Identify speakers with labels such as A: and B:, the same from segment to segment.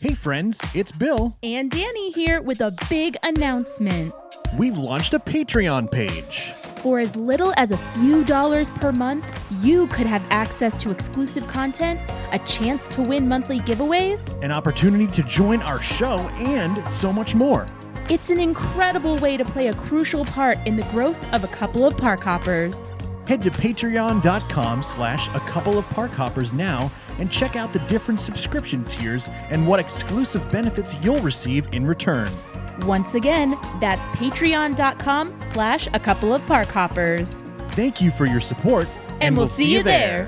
A: Hey, friends, it's Bill.
B: And Danny here with a big announcement.
A: We've launched a Patreon page.
B: For as little as a few dollars per month, you could have access to exclusive content, a chance to win monthly giveaways.
A: an opportunity to join our show, and so much more.
B: It's an incredible way to play a crucial part in the growth of a couple of park hoppers.
A: Head to patreon.com slash a couple of park hoppers now and check out the different subscription tiers and what exclusive benefits you'll receive in return.
B: Once again, that's patreon.com slash a couple of park hoppers.
A: Thank you for your support, and,
B: we'll see you
A: Hey,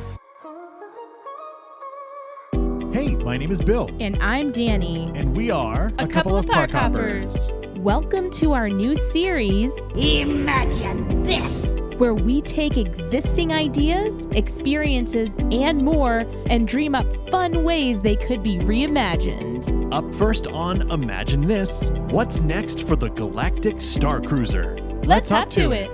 A: my name is Bill,
B: And I'm Danny.
A: and we are
B: A Couple of Park Hoppers. Welcome to our new series,
C: Imagine this!
B: where we take existing ideas, experiences, and more and dream up fun ways they could be reimagined.
A: Up first on Imagine This, what's next for the Galactic Star Cruiser?
B: Let's hop to it.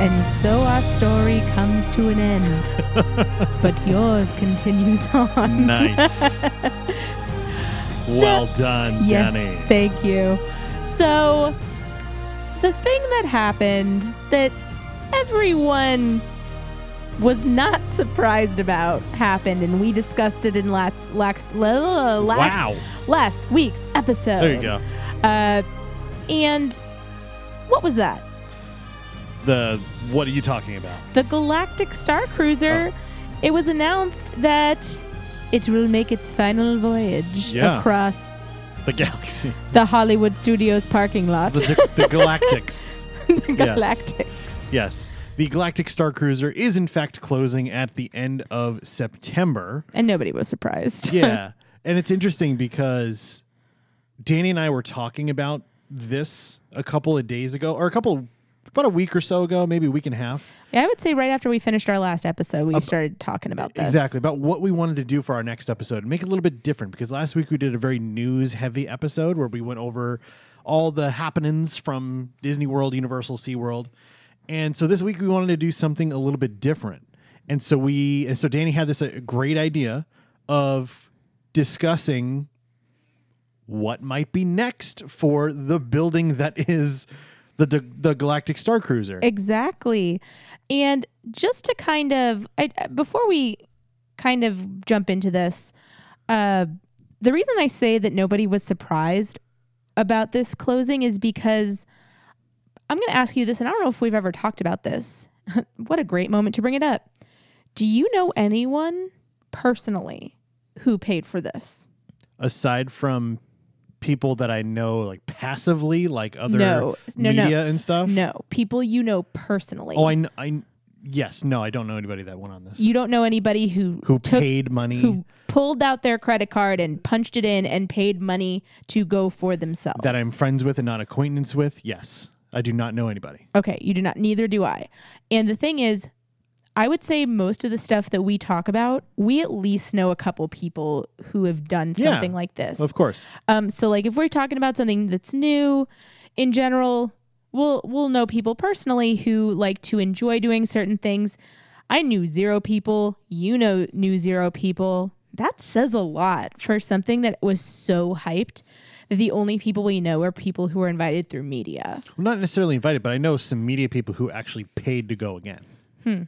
B: And so our story comes to an end, but yours continues on.
A: Nice. well done,
B: Yeah,
A: Danny.
B: Thank you. So, the thing that happened that everyone was not surprised about happened, and we discussed it in last last la- last,
A: wow.
B: last week's episode.
A: There you go.
B: Uh, and what was that?
A: The what are you talking about?
B: The Galactic Star Cruiser. It was announced that it will make its final voyage
A: Yeah.
B: across
A: The galaxy.
B: the Hollywood Studios parking lot.
A: The, the, the galactics. Yes.
B: Galactics.
A: Yes. The Galactic Star Cruiser is in fact closing at the end of September.
B: And nobody was surprised.
A: Yeah. and it's interesting because Danny and I were talking about this a couple of days ago or a couple about a week or so ago, maybe a week and a half.
B: Yeah, I would say right after we finished our last episode, we started talking about this.
A: Exactly. About what we wanted to do for our next episode and make it a little bit different because last week we did a very news heavy episode where we went over all the happenings from Disney World, Universal, SeaWorld. And so this week we wanted to do something a little bit different. And so we and so Danny had this uh, great idea of discussing what might be next for the building that is the the Galactic Star Cruiser.
B: Exactly. And just to kind of, I, before we kind of jump into this, uh, the reason I say that nobody was surprised about this closing is because I'm going to ask you this, and I don't know if we've ever talked about this. what a great moment to bring it up. Do you know anyone personally who paid for this?
A: aside from people that I know like passively, like other
B: No. No, no.
A: media and stuff?
B: No, people you know personally.
A: Oh, I, kn- I, kn- yes, no, I don't know anybody that went on this.
B: you don't know anybody who
A: who
B: took,
A: paid money?
B: who pulled out their credit card and punched it in and paid money to go for themselves.
A: that I'm friends with and not acquaintance with? Yes, I do not know anybody.
B: okay. You do not. Neither do I. And the thing is, I would say most of the stuff that we talk about, we at least know a couple people who have done
A: Yeah,
B: something like this.
A: Of course,
B: Um, so like if we're talking about something that's new in general, we'll we'll know people personally who like to enjoy doing certain things. I knew zero people, you know knew zero people. That says a lot for something that was so hyped that the only people we know are people who are invited through media.
A: I'm not necessarily invited, but I know some media people who actually paid to go again.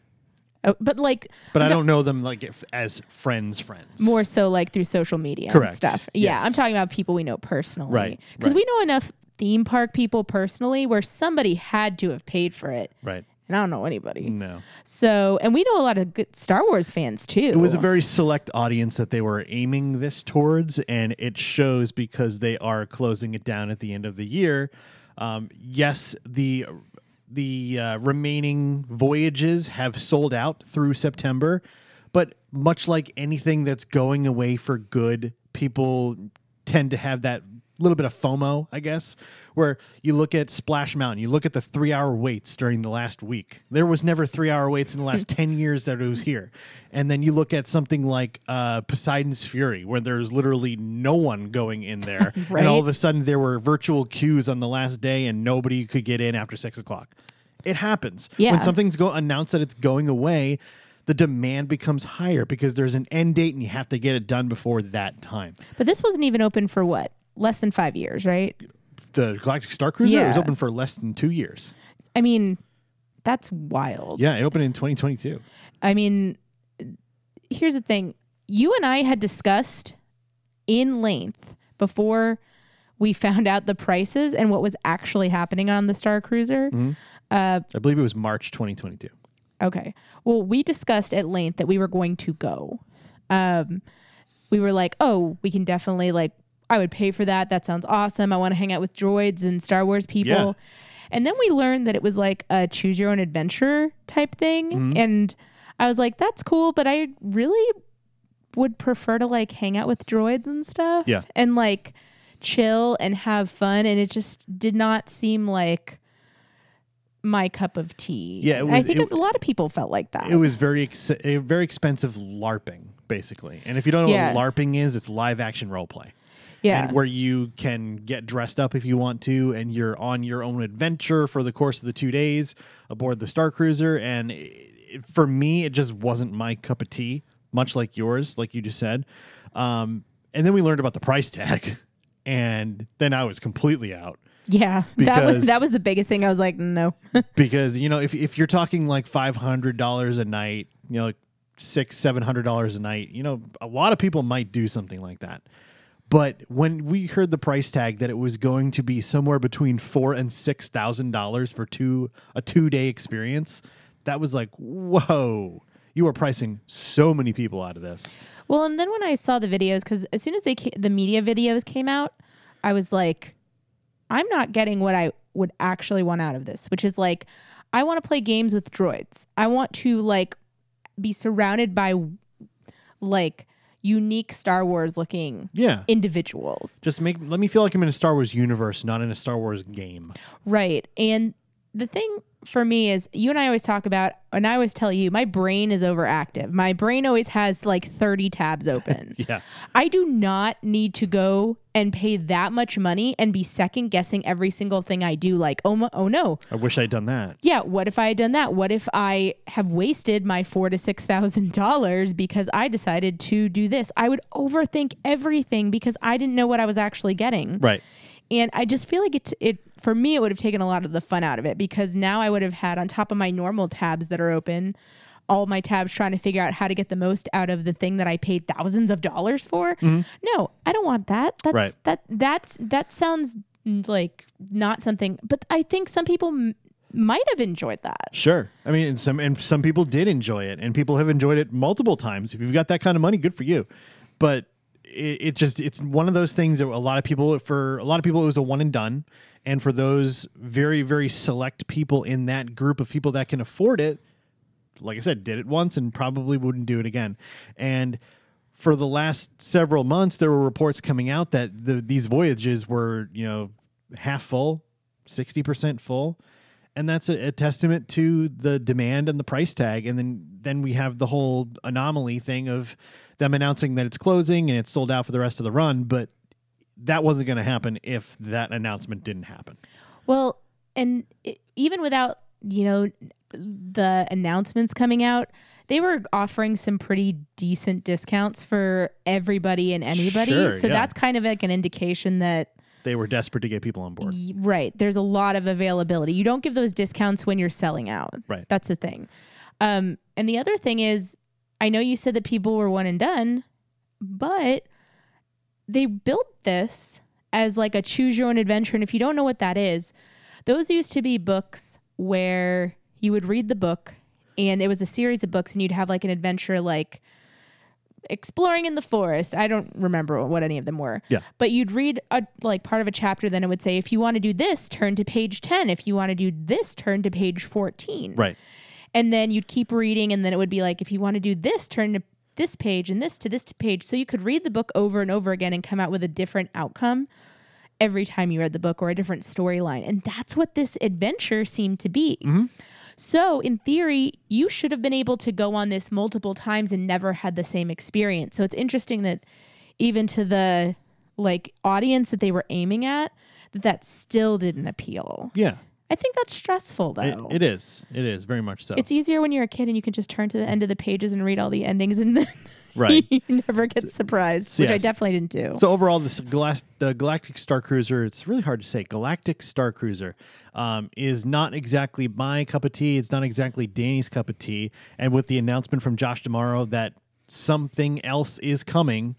B: Oh, but like
A: But I don't know them like if, as friends, friends.
B: more so like through social media
A: Correct.
B: and stuff. Yeah,
A: Yes.
B: I'm talking about people we know personally.
A: Right,
B: Because
A: right.
B: we know enough theme park people personally where somebody had to have paid for it.
A: right?
B: And I don't know anybody.
A: No,
B: So, and we know a lot of good Star Wars fans too.
A: it was a very select audience that they were aiming this towards, and it shows because they are closing it down at the end of the year. Um, yes, the the uh, remaining voyages have sold out through September, but much like anything that's going away for good, people tend to have that little bit of FOMO, I guess, where you look at Splash Mountain, you look at the three hour waits during the last week. There was never three hour waits in the last 10 years that it was here. And then you look at something like uh, Poseidon's Fury, where there's literally no one going in there. And all of a sudden there were virtual queues on the last day and nobody could get in after six o'clock. It happens.
B: Yeah.
A: When something's go announced that it's going away, the demand becomes higher because there's an end date and you have to get it done before that time.
B: But this wasn't even open for what? Less than five years, right?
A: The Galactic Star Cruiser was
B: Yeah.
A: open for less than two years.
B: I mean, that's wild.
A: Yeah, it opened in 2022.
B: I mean, here's the thing. You and I had discussed in length before we found out the prices and what was actually happening on the Star Cruiser.
A: I believe it was March 2022.
B: Okay. Well, we discussed at length that we were going to go. Um, we were like, oh, we can definitely like, I would pay for that. That sounds awesome. I want to hang out with droids and Star Wars people.
A: Yeah.
B: And then we learned that it was like a choose your own adventure type thing.
A: Mm-hmm.
B: And I was like, that's cool, but I really would prefer to like hang out with droids and stuff.
A: Yeah.
B: And like chill and have fun. And it just did not seem like my cup of tea.
A: Yeah, it
B: And I
A: was-
B: think
A: it-
B: a lot of people felt like that.
A: It was very ex- a very expensive LARPing, basically. And if you don't know
B: Yeah.
A: what LARPing is, it's live action role play.
B: yeah.
A: and where you can get dressed up if you want to, and you're on your own adventure for the course of the two days aboard the Star Cruiser. And i i- for me, it just wasn't my cup of tea, much like yours, like you just said. Um, and then we learned about the price tag, and then I was completely out
B: yeah. That
A: because-
B: was that was the biggest thing. I was like, no.
A: because you know if if you're talking like five hundred dollars a night, you know, like six seven hundred dollars a night, you know, a lot of people might do something like that. But when we heard the price tag that it was going to be somewhere between four and six thousand dollars for two a two day experience, that was like whoa. You are pricing so many people out of this.
B: well, and then when I saw the videos, because as soon as they ca- the media videos came out, I was like, I'm not getting what I would actually want out of this, which is like, I want to play games with droids. I want to like be surrounded by like unique Star Wars looking
A: Yeah.
B: individuals.
A: Just make let me feel like I'm in a Star Wars universe, not in a Star Wars game.
B: Right. And the thing for me is you and I always talk about and I always tell you my brain is overactive. My brain always has like 30 tabs open.
A: Yeah.
B: I do not need to go and pay that much money and be second guessing every single thing I do like oh, my, oh no.
A: I wish I'd done that.
B: Yeah, what if I had done that? What if I have wasted my 4 to 6,000 dollars because I decided to do this? I would overthink everything because I didn't know what I was actually getting
A: Right.
B: and I just feel like it, it for me it would have taken a lot of the fun out of it because now I would have had on top of my normal tabs that are open all my tabs trying to figure out how to get the most out of the thing that I paid thousands of dollars for. No, I don't want that. That's
A: Right.
B: that that's that sounds mm, like not something but I think some people m- might have enjoyed that.
A: Sure. I mean, and some and some people did enjoy it, and people have enjoyed it multiple times. If you've got that kind of money, good for you. But it, it just it's one of those things that a lot of people for a lot of people it was a one and done, and for those very very select people in that group of people that can afford it, like I said, did it once and probably wouldn't do it again. And for the last several months, there were reports coming out that the, these voyages were, you know, half full, 60% full. And that's a, a testament to the demand and the price tag. And then, then we have the whole anomaly thing of them announcing that it's closing and it's sold out for the rest of the run. But that wasn't going to happen if that announcement didn't happen.
B: Well, and i even without, you know, the announcements coming out, they were offering some pretty decent discounts for everybody and anybody.
A: Sure,
B: so
A: yeah.
B: that's kind of like an indication that
A: They were desperate to get people on board.
B: y- right, there's a lot of availability. You don't give those discounts when you're selling out.
A: Right.
B: That's the thing. Um and the other thing is I know you said that people were one and done, but they built this as like a choose your own adventure. And if you don't know what that is, those used to be books where you would read the book and it was a series of books and you'd have like an adventure like exploring in the forest. I don't remember what any of them were.
A: Yeah.
B: But you'd read a like part of a chapter, then it would say, if you want to do this, turn to page 10. If you want to do this, turn to page 14
A: Right.
B: and then you'd keep reading and then it would be like if you want to do this turn to this page and this to this page so you could read the book over and over again and come out with a different outcome every time you read the book or a different storyline. And that's what this adventure seemed to be. So, in theory, you should have been able to go on this multiple times and never had the same experience. So, it's interesting that even to the like audience that they were aiming at, that that still didn't appeal.
A: Yeah.
B: I think that's stressful
A: It,
B: though.
A: it is. It is very much so.
B: it's easier when you're a kid and you can just turn to the end of the pages and read all the endings and then
A: right.
B: you never get surprised,
A: so
B: which I
A: yes.
B: definitely didn't do.
A: So overall, this Galas- the Galactic Star Cruiser, it's really hard to say. Galactic Star Cruiser um, is not exactly my cup of tea. It's not exactly Danny's cup of tea. And with the announcement from Josh tomorrow that something else is coming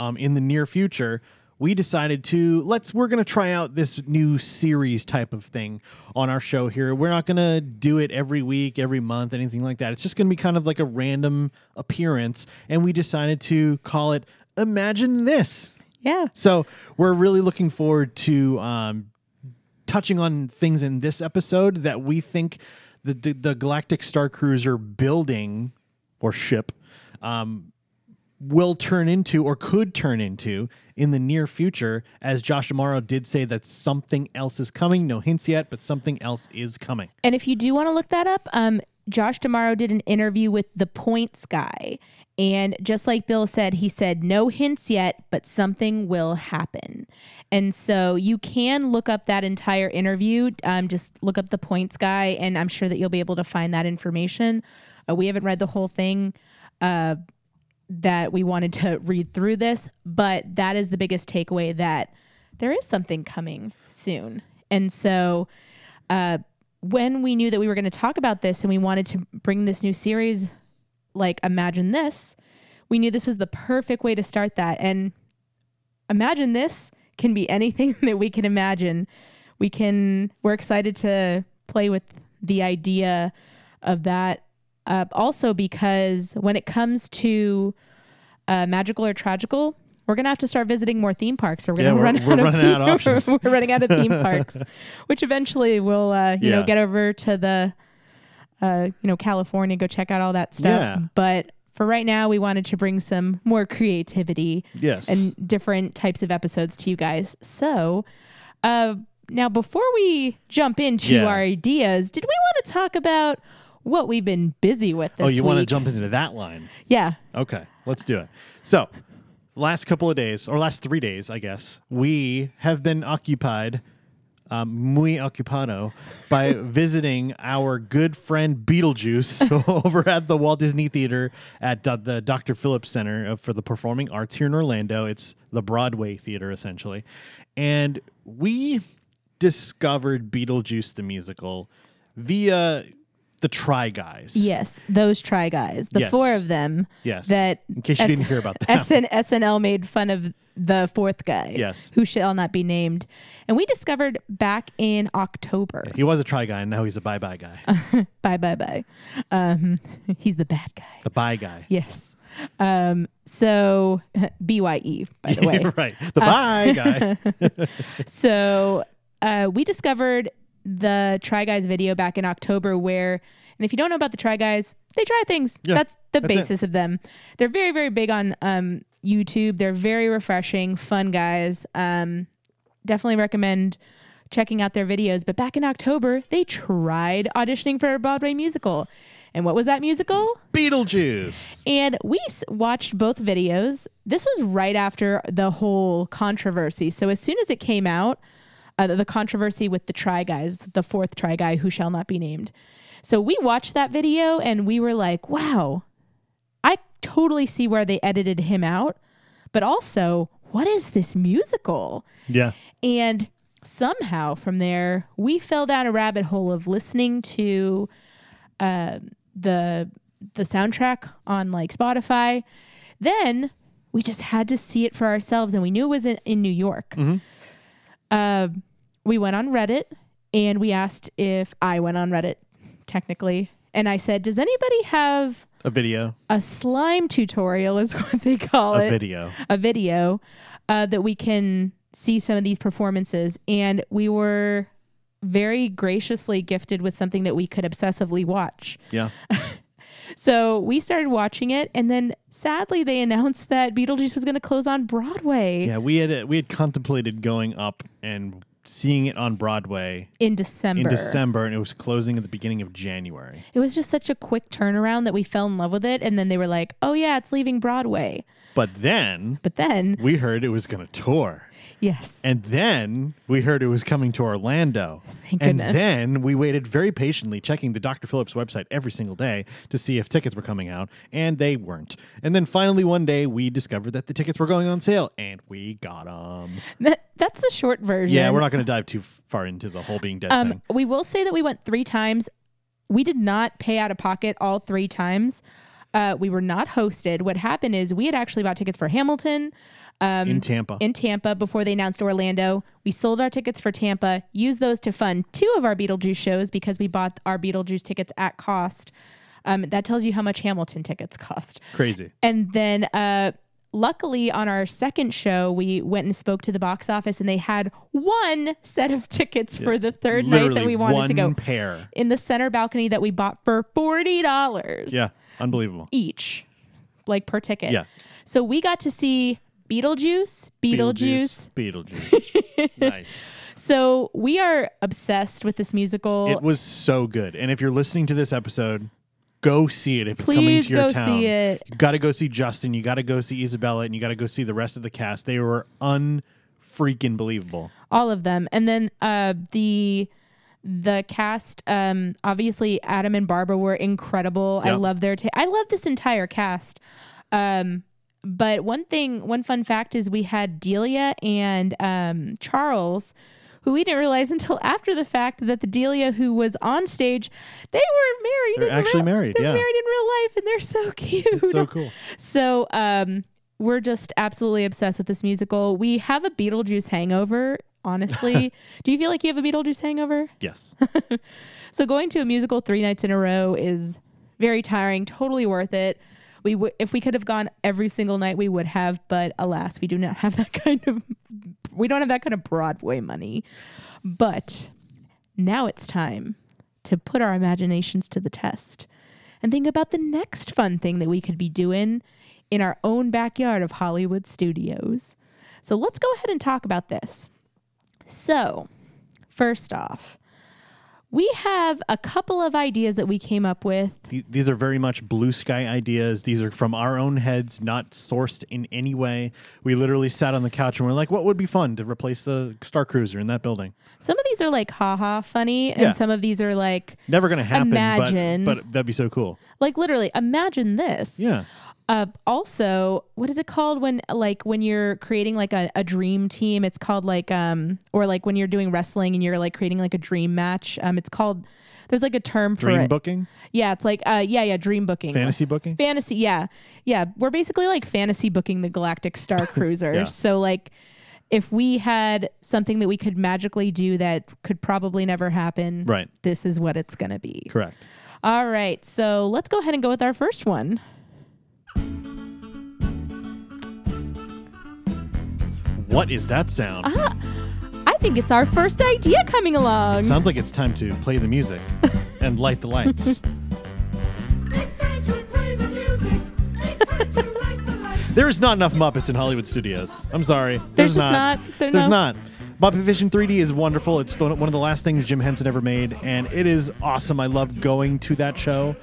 A: um, in the near future, we decided to let's we're going to try out this new series type of thing on our show here. We're not going to do it every week, every month, anything like that. It's just going to be kind of like a random appearance. And we decided to call it Imagine This.
B: yeah.
A: So we're really looking forward to um, touching on things in this episode that we think the the, the Galactic Star Cruiser building or ship um, will turn into or could turn into in the near future. As Josh Amaro did say that something else is coming. No hints yet, but something else is coming.
B: And if you do want to look that up, um, Josh Damaro did an interview with the Points guy. And just like Bill said, he said, no hints yet, but something will happen. And so you can look up that entire interview. Um, just look up the Points guy, and I'm sure that you'll be able to find that information. Uh, we haven't read the whole thing uh, that we wanted to read through this, but that is the biggest takeaway that there is something coming soon. And so uh, when we knew that we were going to talk about this and we wanted to bring this new series, like Imagine This, we knew this was the perfect way to start that. And Imagine This can be anything that we can imagine. We can, we're excited to play with the idea of that. Uh, also, because when it comes to uh, magical or tragical, we're gonna have to start visiting more theme parks, or we're
A: Yeah,
B: gonna
A: we're-
B: run
A: we're
B: out of
A: running out of options.
B: we're running out of theme parks, which eventually will, uh, you know,
A: Yeah.
B: get over to the, uh, you know, California, go check out all that stuff.
A: Yeah.
B: But for right now, we wanted to bring some more creativity
A: Yes.
B: and different types of episodes to you guys. So, uh, now before we jump into
A: Yeah.
B: our ideas, did we want to talk about what we've been busy with this
A: oh, you want to
B: week?
A: jump into that line?
B: Yeah.
A: Okay, let's do it. So, last couple of days, or last three days, I guess, we have been occupied, um, muy ocupado, by visiting our good friend Beetlejuice over at the Walt Disney Theater at uh, the Dr. Phillips Center uh, for the Performing Arts here in Orlando. It's the Broadway Theater, essentially. And we discovered Beetlejuice the musical via the Try Guys.
B: Yes, those try guys, the
A: Yes.
B: four of them.
A: Yes.
B: That
A: In case you didn't hear about them.
B: SN- SNL made fun of the fourth guy.
A: Yes.
B: Who shall not be named, and we discovered back in October.
A: He was a try guy, and now he's a bye bye guy.
B: Bye bye bye. Um, he's the bad guy.
A: The bye guy.
B: Yes. Um, so BYE by the way.
A: right. The bye guy.
B: So uh, we discovered the Try Guys video back in October, where, and if you don't know about the Try Guys, they try things.
A: Yeah,
B: that's the
A: that's it.
B: basis of them. They're very, very big on um, YouTube. They're very refreshing, fun guys. Um, definitely recommend checking out their videos. But back in October, they tried auditioning for a Broadway musical. And what was that musical?
A: Beetlejuice.
B: And we s- watched both videos. This was right after the whole controversy. So as soon as it came out, uh, the controversy with the try guys, the fourth try guy who shall not be named. So we watched that video and we were like, wow, I totally see where they edited him out. But also, what is this musical?
A: Yeah.
B: And somehow from there, we fell down a rabbit hole of listening to uh, the the soundtrack on like Spotify. Then we just had to see it for ourselves, and we knew it was in, in New York. Uh, we went on Reddit and we asked if I went on Reddit, technically. And I said, Does anybody have
A: A video.
B: a slime tutorial, is what they call
A: A
B: it?
A: video.
B: a video uh, that we can see some of these performances. And we were very graciously gifted with something that we could obsessively watch.
A: Yeah.
B: So we started watching it, and then sadly they announced that Beetlejuice was going to close on Broadway
A: Yeah, we had uh, we had contemplated going up and seeing it on Broadway
B: in December.
A: in December, and it was closing at the beginning of January.
B: It was just such a quick turnaround that we fell in love with it, and then they were like, "Oh yeah, it's leaving Broadway."
A: But then
B: But then,
A: we heard it was going to tour,
B: yes,
A: and then we heard it was coming to Orlando.
B: Thank
A: and
B: goodness.
A: then we waited very patiently, checking the Dr. Phillips website every single day to see if tickets were coming out, and they weren't. And then finally one day we discovered that the tickets were going on sale, and we got them.
B: that, that's the short version.
A: Yeah, we're not going to dive too far into the whole being dead
B: Um,
A: thing.
B: we will say that we went three times. We did not pay out of pocket all three times. Uh, we were not hosted. What happened is we had actually bought tickets for Hamilton um,
A: In Tampa.
B: in Tampa before they announced Orlando. We sold our tickets for Tampa, used those to fund two of our Beetlejuice shows because we bought our Beetlejuice tickets at cost. Um, that tells you how much Hamilton tickets cost.
A: Crazy.
B: And then uh luckily on our second show we went and spoke to the box office and they had one set of tickets for the third night that
A: Literally
B: we wanted
A: one
B: to go
A: pair.
B: in the center balcony that we bought for $40
A: Yeah, unbelievable.
B: each like per ticket.
A: Yeah.
B: So we got to see Beetlejuice, Beetlejuice.
A: Beetlejuice. nice.
B: So we are obsessed with this musical.
A: It was so good. And if you're listening to this episode, go see it if it's coming
B: Please
A: to your
B: go
A: town.
B: see it.
A: You got to go see Justin. You got to go see Isabella, and you got to go see the rest of the cast. They were unfreaking believable.
B: all of them and then uh the the cast um obviously adam and barbara were incredible i
A: Yeah.
B: love their ta- i love this entire cast um but one thing one fun fact is we had delia and um charles who we didn't realize until after the fact that the Delia who was on stage, they were married.
A: They're
B: in
A: actually
B: real-
A: married,
B: They're
A: yeah.
B: married in real life, and they're so cute.
A: So cool.
B: So um, we're just absolutely obsessed with this musical. We have a Beetlejuice hangover. Honestly, do you feel like you have a Beetlejuice hangover?
A: Yes.
B: So going to a musical three nights in a row is very tiring. Totally worth it. We w- if we could have gone every single night, we would have. But alas, we do not have that kind of we don't have that kind of Broadway money. But now it's time to put our imaginations to the test and think about the next fun thing that we could be doing in our own backyard of Hollywood studios. So let's go ahead and talk about this. So, first off, we have a couple of ideas that we came up with.
A: Th- These are very much blue sky ideas. These are from our own heads, not sourced in any way. We literally sat on the couch and we're like, what would be fun to replace the Star Cruiser in that building?
B: Some of these are like haha funny, and
A: Yeah.
B: some of these are like
A: Never going to happen, but-
B: Imagine.
A: But, that'd be so cool.
B: like literally imagine this.
A: Yeah.
B: Uh, also, what is it called when like when you're creating like a, a dream team? It's called like um or like when you're doing wrestling and you're like creating like a dream match. Um, it's called there's like a term for
A: Dream
B: it.
A: booking,
B: Yeah, it's like uh yeah yeah dream booking
A: fantasy booking.
B: fantasy yeah yeah we're basically like fantasy booking the galactic star cruiser
A: Yeah.
B: so like if we had something that we could magically do that could probably never happen
A: Right.
B: this is what it's gonna be
A: Correct.
B: all right so let's go ahead and go with our first one
A: What is that sound?
B: i think it's our first idea coming along
A: Sounds like it's time to play the music and light the lights.
D: It's time to play the music. It's time to light the lights.
A: there is not enough Muppets in Hollywood studios. I'm sorry. There's,
B: just not- there-
A: There's
B: no.
A: not. Muppet Vision 3D is wonderful. It's one of the last things Jim Henson ever made, and it is awesome. I love going to that show.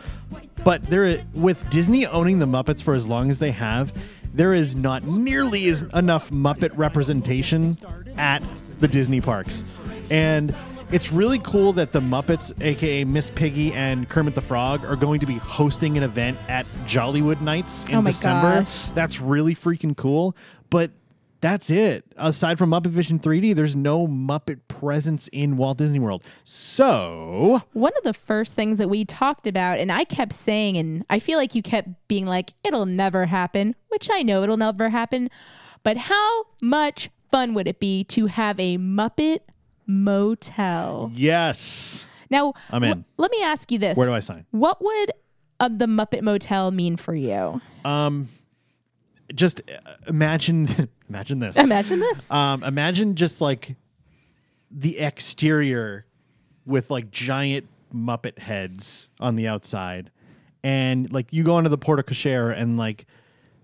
A: But there, with Disney owning the Muppets for as long as they have, there is not nearly as enough Muppet representation at the Disney parks, and it's really cool that the Muppets, aka Miss Piggy and Kermit the Frog, are going to be hosting an event at Jollywood Nights in
B: Oh my
A: December.
B: gosh.
A: That's really freaking cool. But that's it. Aside from Muppet Vision 3D, there's no Muppet presence in Walt Disney World. So
B: one of the first things that we talked about and i kept saying and i feel like you kept being like it'll never happen which i know it'll never happen but how much fun would it be to have a muppet motel
A: yes,
B: now
A: I'm in.
B: let me ask you this
A: where do I sign?
B: what would uh, the muppet motel mean for you
A: Just uh, imagine, imagine this.
B: imagine this
A: Um, imagine just like the exterior with like giant Muppet heads on the outside and like you go into the porte cochere and like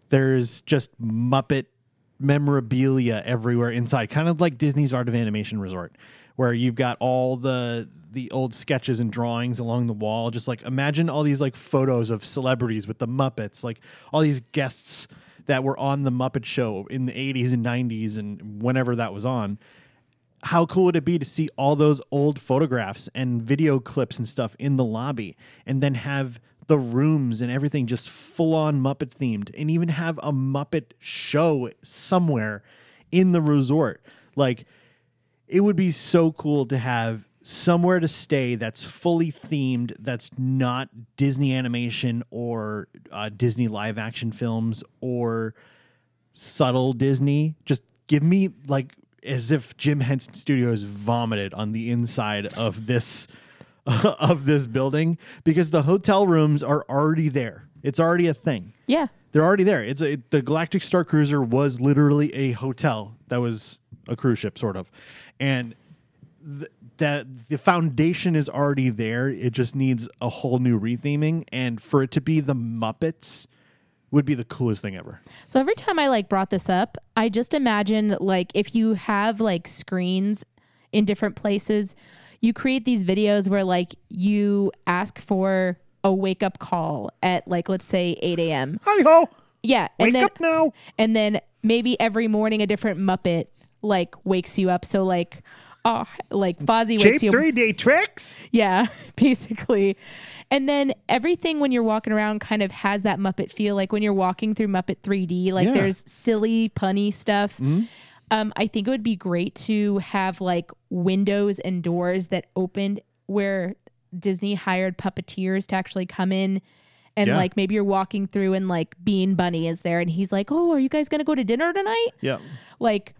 A: there's just Muppet memorabilia everywhere inside, kind of like Disney's Art of Animation Resort, where you've got all the the old sketches and drawings along the wall. Just like imagine all these like photos of celebrities with the Muppets, like all these guests that were on the Muppet Show in the 80s and 90s and whenever that was on how cool would it be to see all those old photographs and video clips and stuff in the lobby and then have the rooms and everything just full on Muppet themed and even have a Muppet show somewhere in the resort? Like, it would be so cool to have somewhere to stay that's fully themed that's not disney animation or uh, disney live action films or subtle disney just give me like as if jim henson studios vomited on the inside of this of this building because the hotel rooms are already there it's already a thing
B: Yeah.
A: they're already there. It's a, the Galactic Star Cruiser was literally a hotel that was a cruise ship, sort of, and th- that the foundation is already there. It just needs a whole new retheming, and for it to be the Muppets would be the coolest thing ever.
B: So every time I like brought this up, I just imagined like if you have like screens in different places, you create these videos where like you ask for a wake up call at like let's say 8 a.m.
A: Hi ho!
B: Yeah,
A: Wake
B: and then
A: up now!
B: and then maybe every morning a different Muppet like wakes you up. So like, oh, like Fozzie wakes you up.
A: D tricks.
B: Yeah, basically. And then everything when you're walking around kind of has that Muppet feel. Like when you're walking through Muppet 3D, like
A: Yeah. Mm-hmm.
B: there's silly, punny stuff. Um, I think it would be great to have like windows and doors that opened where Disney hired puppeteers to actually come in. And
A: Yeah.
B: like maybe you're walking through and like Bean Bunny is there and he's like, Oh, are you guys going to go to dinner tonight?
A: Yeah.
B: Like,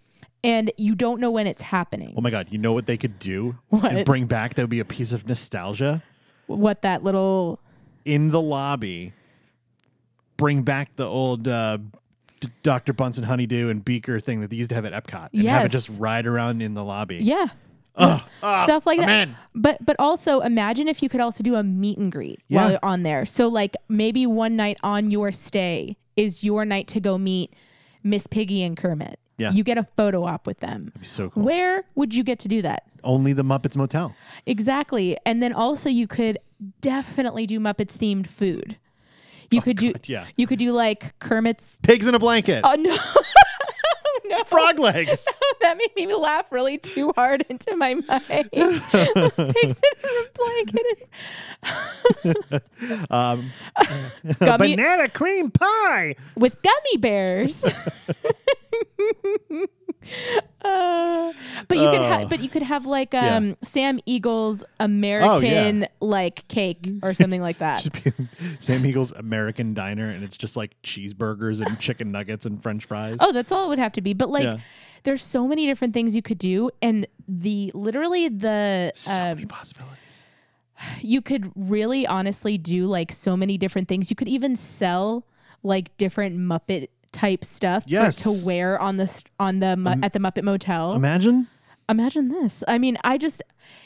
B: and you don't know when it's happening.
A: Oh my God! You know what they could do and
B: What?
A: bring back? That would be a piece of nostalgia.
B: What that little
A: in the lobby, bring back the old uh, D- Dr. Bunsen Honeydew and Beaker thing that they used to have at Epcot and have it
B: Yes.
A: just ride around in the lobby.
B: Yeah. stuff like that. But but also imagine if you could also do a meet and greet while
A: Yeah.
B: you're on there. So like maybe one night on your stay is your night to go meet Miss Piggy and Kermit.
A: Yeah.
B: You get a photo op with them.
A: be so cool.
B: Where would you get to do that?
A: Only the Muppets Motel.
B: Exactly. And then also you could definitely do Muppets themed food. You could
A: Oh, God,
B: do
A: yeah.
B: you could do like Kermit's
A: Pigs in a blanket.
B: Oh no. no.
A: Frog legs.
B: that made me laugh really too hard into my mind. Pigs in a blanket. um, gummy,
A: Banana cream pie.
B: with gummy bears. Uh, but you could, ha-
A: Oh.
B: but you could have like
A: Yeah. Oh,
B: um, Sam Eagle's American like cake or something like that.
A: Just be- Sam Eagle's American Diner, and it's just like cheeseburgers and chicken nuggets and french fries.
B: Oh, that's all it would have to be. But like,
A: Yeah.
B: there's so many different things you could do, and the literally the
A: so
B: um,
A: many possibilities.
B: you could really honestly do like so many different things. You could even sell like different Muppet type stuff for-
A: Yes.
B: to wear on the st- on the mu- at the Muppet Motel.
A: Imagine
B: Imagine this. I mean, I just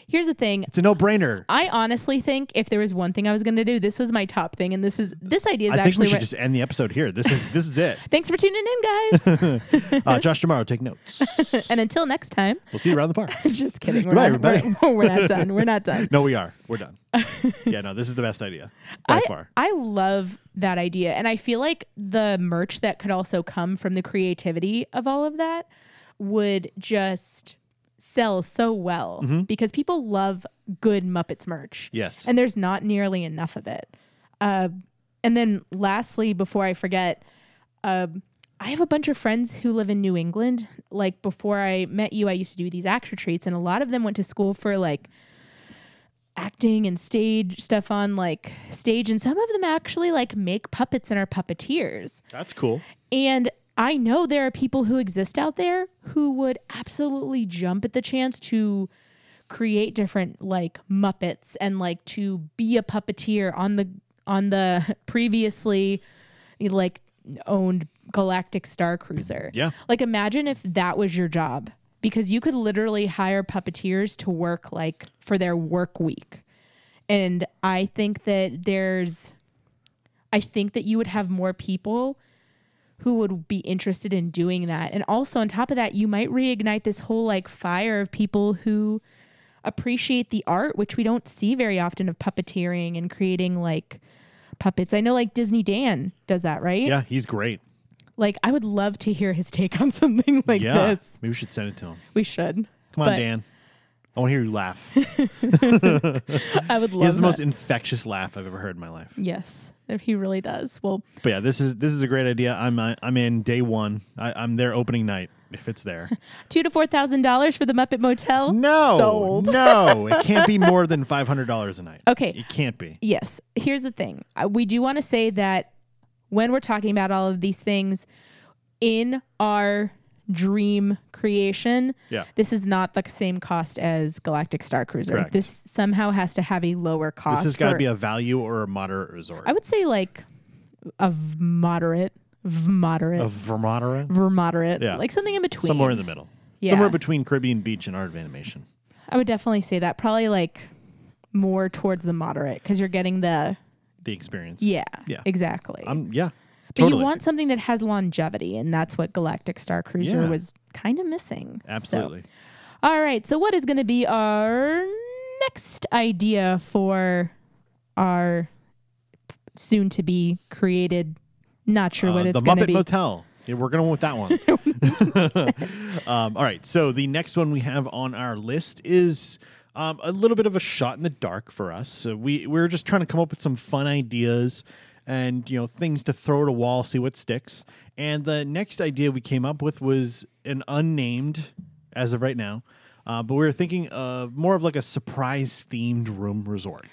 B: here's the thing.
A: it's a no brainer.
B: I honestly think if there was one thing I was going to do, this was my top thing, and this is this idea is
A: I think we
B: actually.
A: should
B: what-
A: just end the episode here. This is this is it.
B: Thanks for tuning in, guys.
A: Uh, Josh tomorrow, take notes.
B: and until next time,
A: We'll see you around the parks.
B: just kidding. We're
A: Goodbye,
B: not, we're-
A: everybody.
B: we're not done. We're not done.
A: No, we are. We're done. yeah, no, this is the best idea by
B: I,
A: far.
B: I love that idea. And I feel like the merch that could also come from the creativity of all of that would just sell so well because people love good Muppets merch.
A: Yes.
B: And there's not nearly enough of it. Uh, and then lastly, before I forget, um, I have a bunch of friends who live in New England. Like before I met you, I used to do these actor treats, and a lot of them went to school for like acting and stage stuff on like stage and some of them actually like make puppets and are puppeteers
A: That's cool.
B: and i know there are people who exist out there who would absolutely jump at the chance to create different like muppets and like to be a puppeteer on the on the previously like owned galactic star cruiser
A: Yeah.
B: like imagine if that was your job because you could literally hire puppeteers to work like for their work week. And I think that there's I think that you would have more people who would be interested in doing that. And also on top of that, you might reignite this whole like fire of people who appreciate the art, which we don't see very often of puppeteering and creating like puppets. I know like Disney Dan does that, right?
A: Yeah, he's great.
B: Like I would love to hear his take on something like
A: yeah,
B: this.
A: maybe we should send it to him.
B: We should.
A: Come on,
B: But
A: Dan. I want to hear you laugh. he
B: I would love
A: has the
B: that.
A: most infectious laugh I've ever heard in my life.
B: Yes, he really does. Well,
A: But yeah, this is this is a great idea. I'm uh, I'm in day one. I, I'm there opening night if it's there.
B: two to four thousand dollars for the Muppet Motel.
A: No,
B: sold.
A: no, it can't be more than five hundred dollars a night.
B: Okay.
A: it can't be.
B: Yes. Here's the thing. I- We do want to say that when we're talking about all of these things in our dream creation,
A: Yeah.
B: this is not the same cost as Galactic Star Cruiser.
A: Correct.
B: This somehow has to have a lower cost.
A: This has got to
B: for-
A: be a value or a moderate resort.
B: I would say like a v- moderate, v- moderate,
A: a Vermonter,
B: v- moderate,
A: Yeah.
B: like something in between.
A: somewhere in the middle,
B: Yeah.
A: somewhere between Caribbean Beach and Art of Animation.
B: I would definitely say that. Probably like more towards the moderate because you're getting the
A: The experience.
B: yeah,
A: Yeah.
B: exactly.
A: I'm yeah.
B: But
A: Totally.
B: you want something that has longevity, and that's what Galactic Star Cruiser
A: Yeah.
B: was kind of missing. So-
A: Absolutely.
B: all right. So, what is going to be our next idea for our soon to be created? Not sure what
A: Uh,
B: it's
A: the
B: going to
A: Muppet
B: be.
A: Motel. Yeah, we're going with that one. um, all right. So the next one we have on our list is um, a little bit of a shot in the dark for us. So we we're just trying to come up with some fun ideas and you know things to throw at a wall, see what sticks. And the next idea we came up with was an unnamed, as of right now. Uh, but we were thinking of more of like a surprise themed room resort.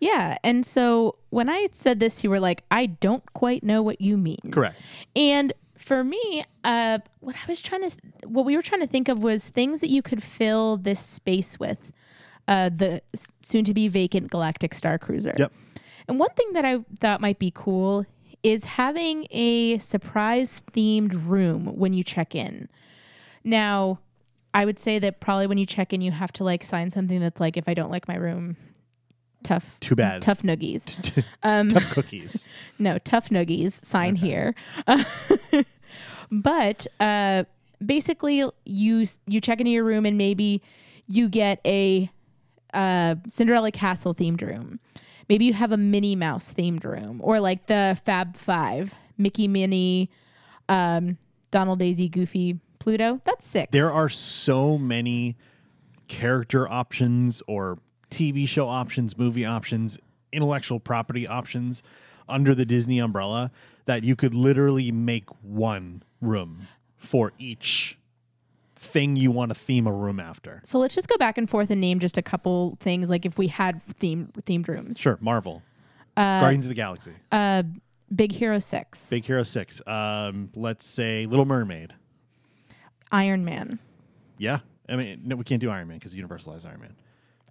B: yeah. And so, when I said this, you were like, I don't quite know what you mean.
A: Correct.
B: And for me, uh, what I was trying to, what we were trying to think of was things that you could fill this space with, uh, the soon to be vacant Galactic Star Cruiser.
A: Yep.
B: And one thing that I thought might be cool is having a surprise themed room when you check in. Now, I would say that probably when you check in, you have to like sign something that's like, if I don't like my room, tough.
A: Too bad.
B: Tough noogies.
A: Tough cookies.
B: No, tough noogies. Sign here. but uh, basically, you you check into your room and maybe you get a uh, Cinderella Castle themed room. Maybe you have a Minnie Mouse themed room, or like the Fab Five: Mickey, Minnie, um, Donald, Daisy, Goofy, Pluto. That's six.
A: there are so many character options or TV show options, movie options, intellectual property options under the Disney umbrella that you could literally make one room for each thing you want to theme a room after.
B: so let's just go back and forth and name just a couple things. Like if we had theme themed rooms,
A: Sure, Marvel, Guardians of the Galaxy,
B: Big Hero Six,
A: Big Hero 6, um, let's say Little Mermaid.
B: Iron Man.
A: Yeah. I mean, no, we can't do Iron Man because Universal has Iron Man.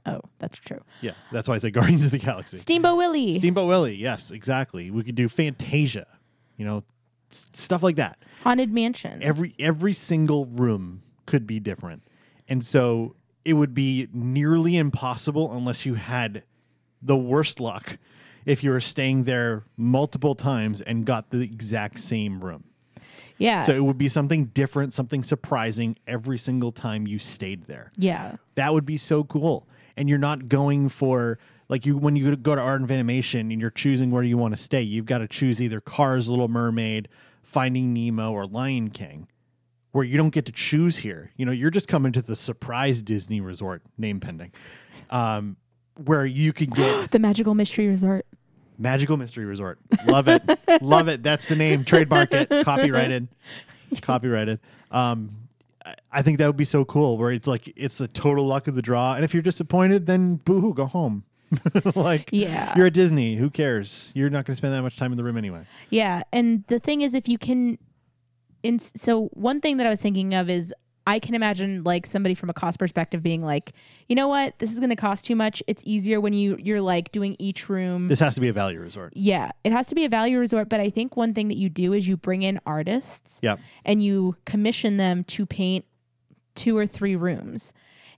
B: Oh, that's true.
A: Yeah, that's why I say Guardians of the Galaxy.
B: Steamboat Willie.
A: Steamboat Willie, yes, exactly. We could do Fantasia, you know, s- stuff like that.
B: Haunted Mansion.
A: Every every single room could be different, and so it would be nearly impossible unless you had the worst luck if you were staying there multiple times and got the exact same room.
B: yeah.
A: So it would be something different, something surprising every single time you stayed there.
B: yeah.
A: That would be so cool. And you're not going for like you when you go to Art of Animation and you're choosing where you want to stay. You've got to choose either Cars, Little Mermaid, Finding Nemo, or Lion King, where you don't get to choose here. You know, you're just coming to the surprise Disney resort name pending, um, where you could get
B: The Magical Mystery Resort.
A: Magical Mystery Resort. Love it, love it. That's the name. Trademark it. Copyrighted. Copyrighted. Um, I- I think that would be so cool where it's like it's the total luck of the draw. And if you're disappointed, then boo-hoo, go home. like
B: Yeah.
A: you're at Disney. Who cares? You're not going to spend that much time in the room anyway.
B: Yeah. And the thing is, if you can, in, so one thing that I was thinking of is I can imagine like somebody from a cost perspective being like, you know what, this is going to cost too much. It's easier when you you're like doing each room.
A: This has to be a value resort.
B: yeah, it has to be a value resort, but I think one thing that you do is you bring in artists
A: Yep.
B: and you commission them to paint two or three rooms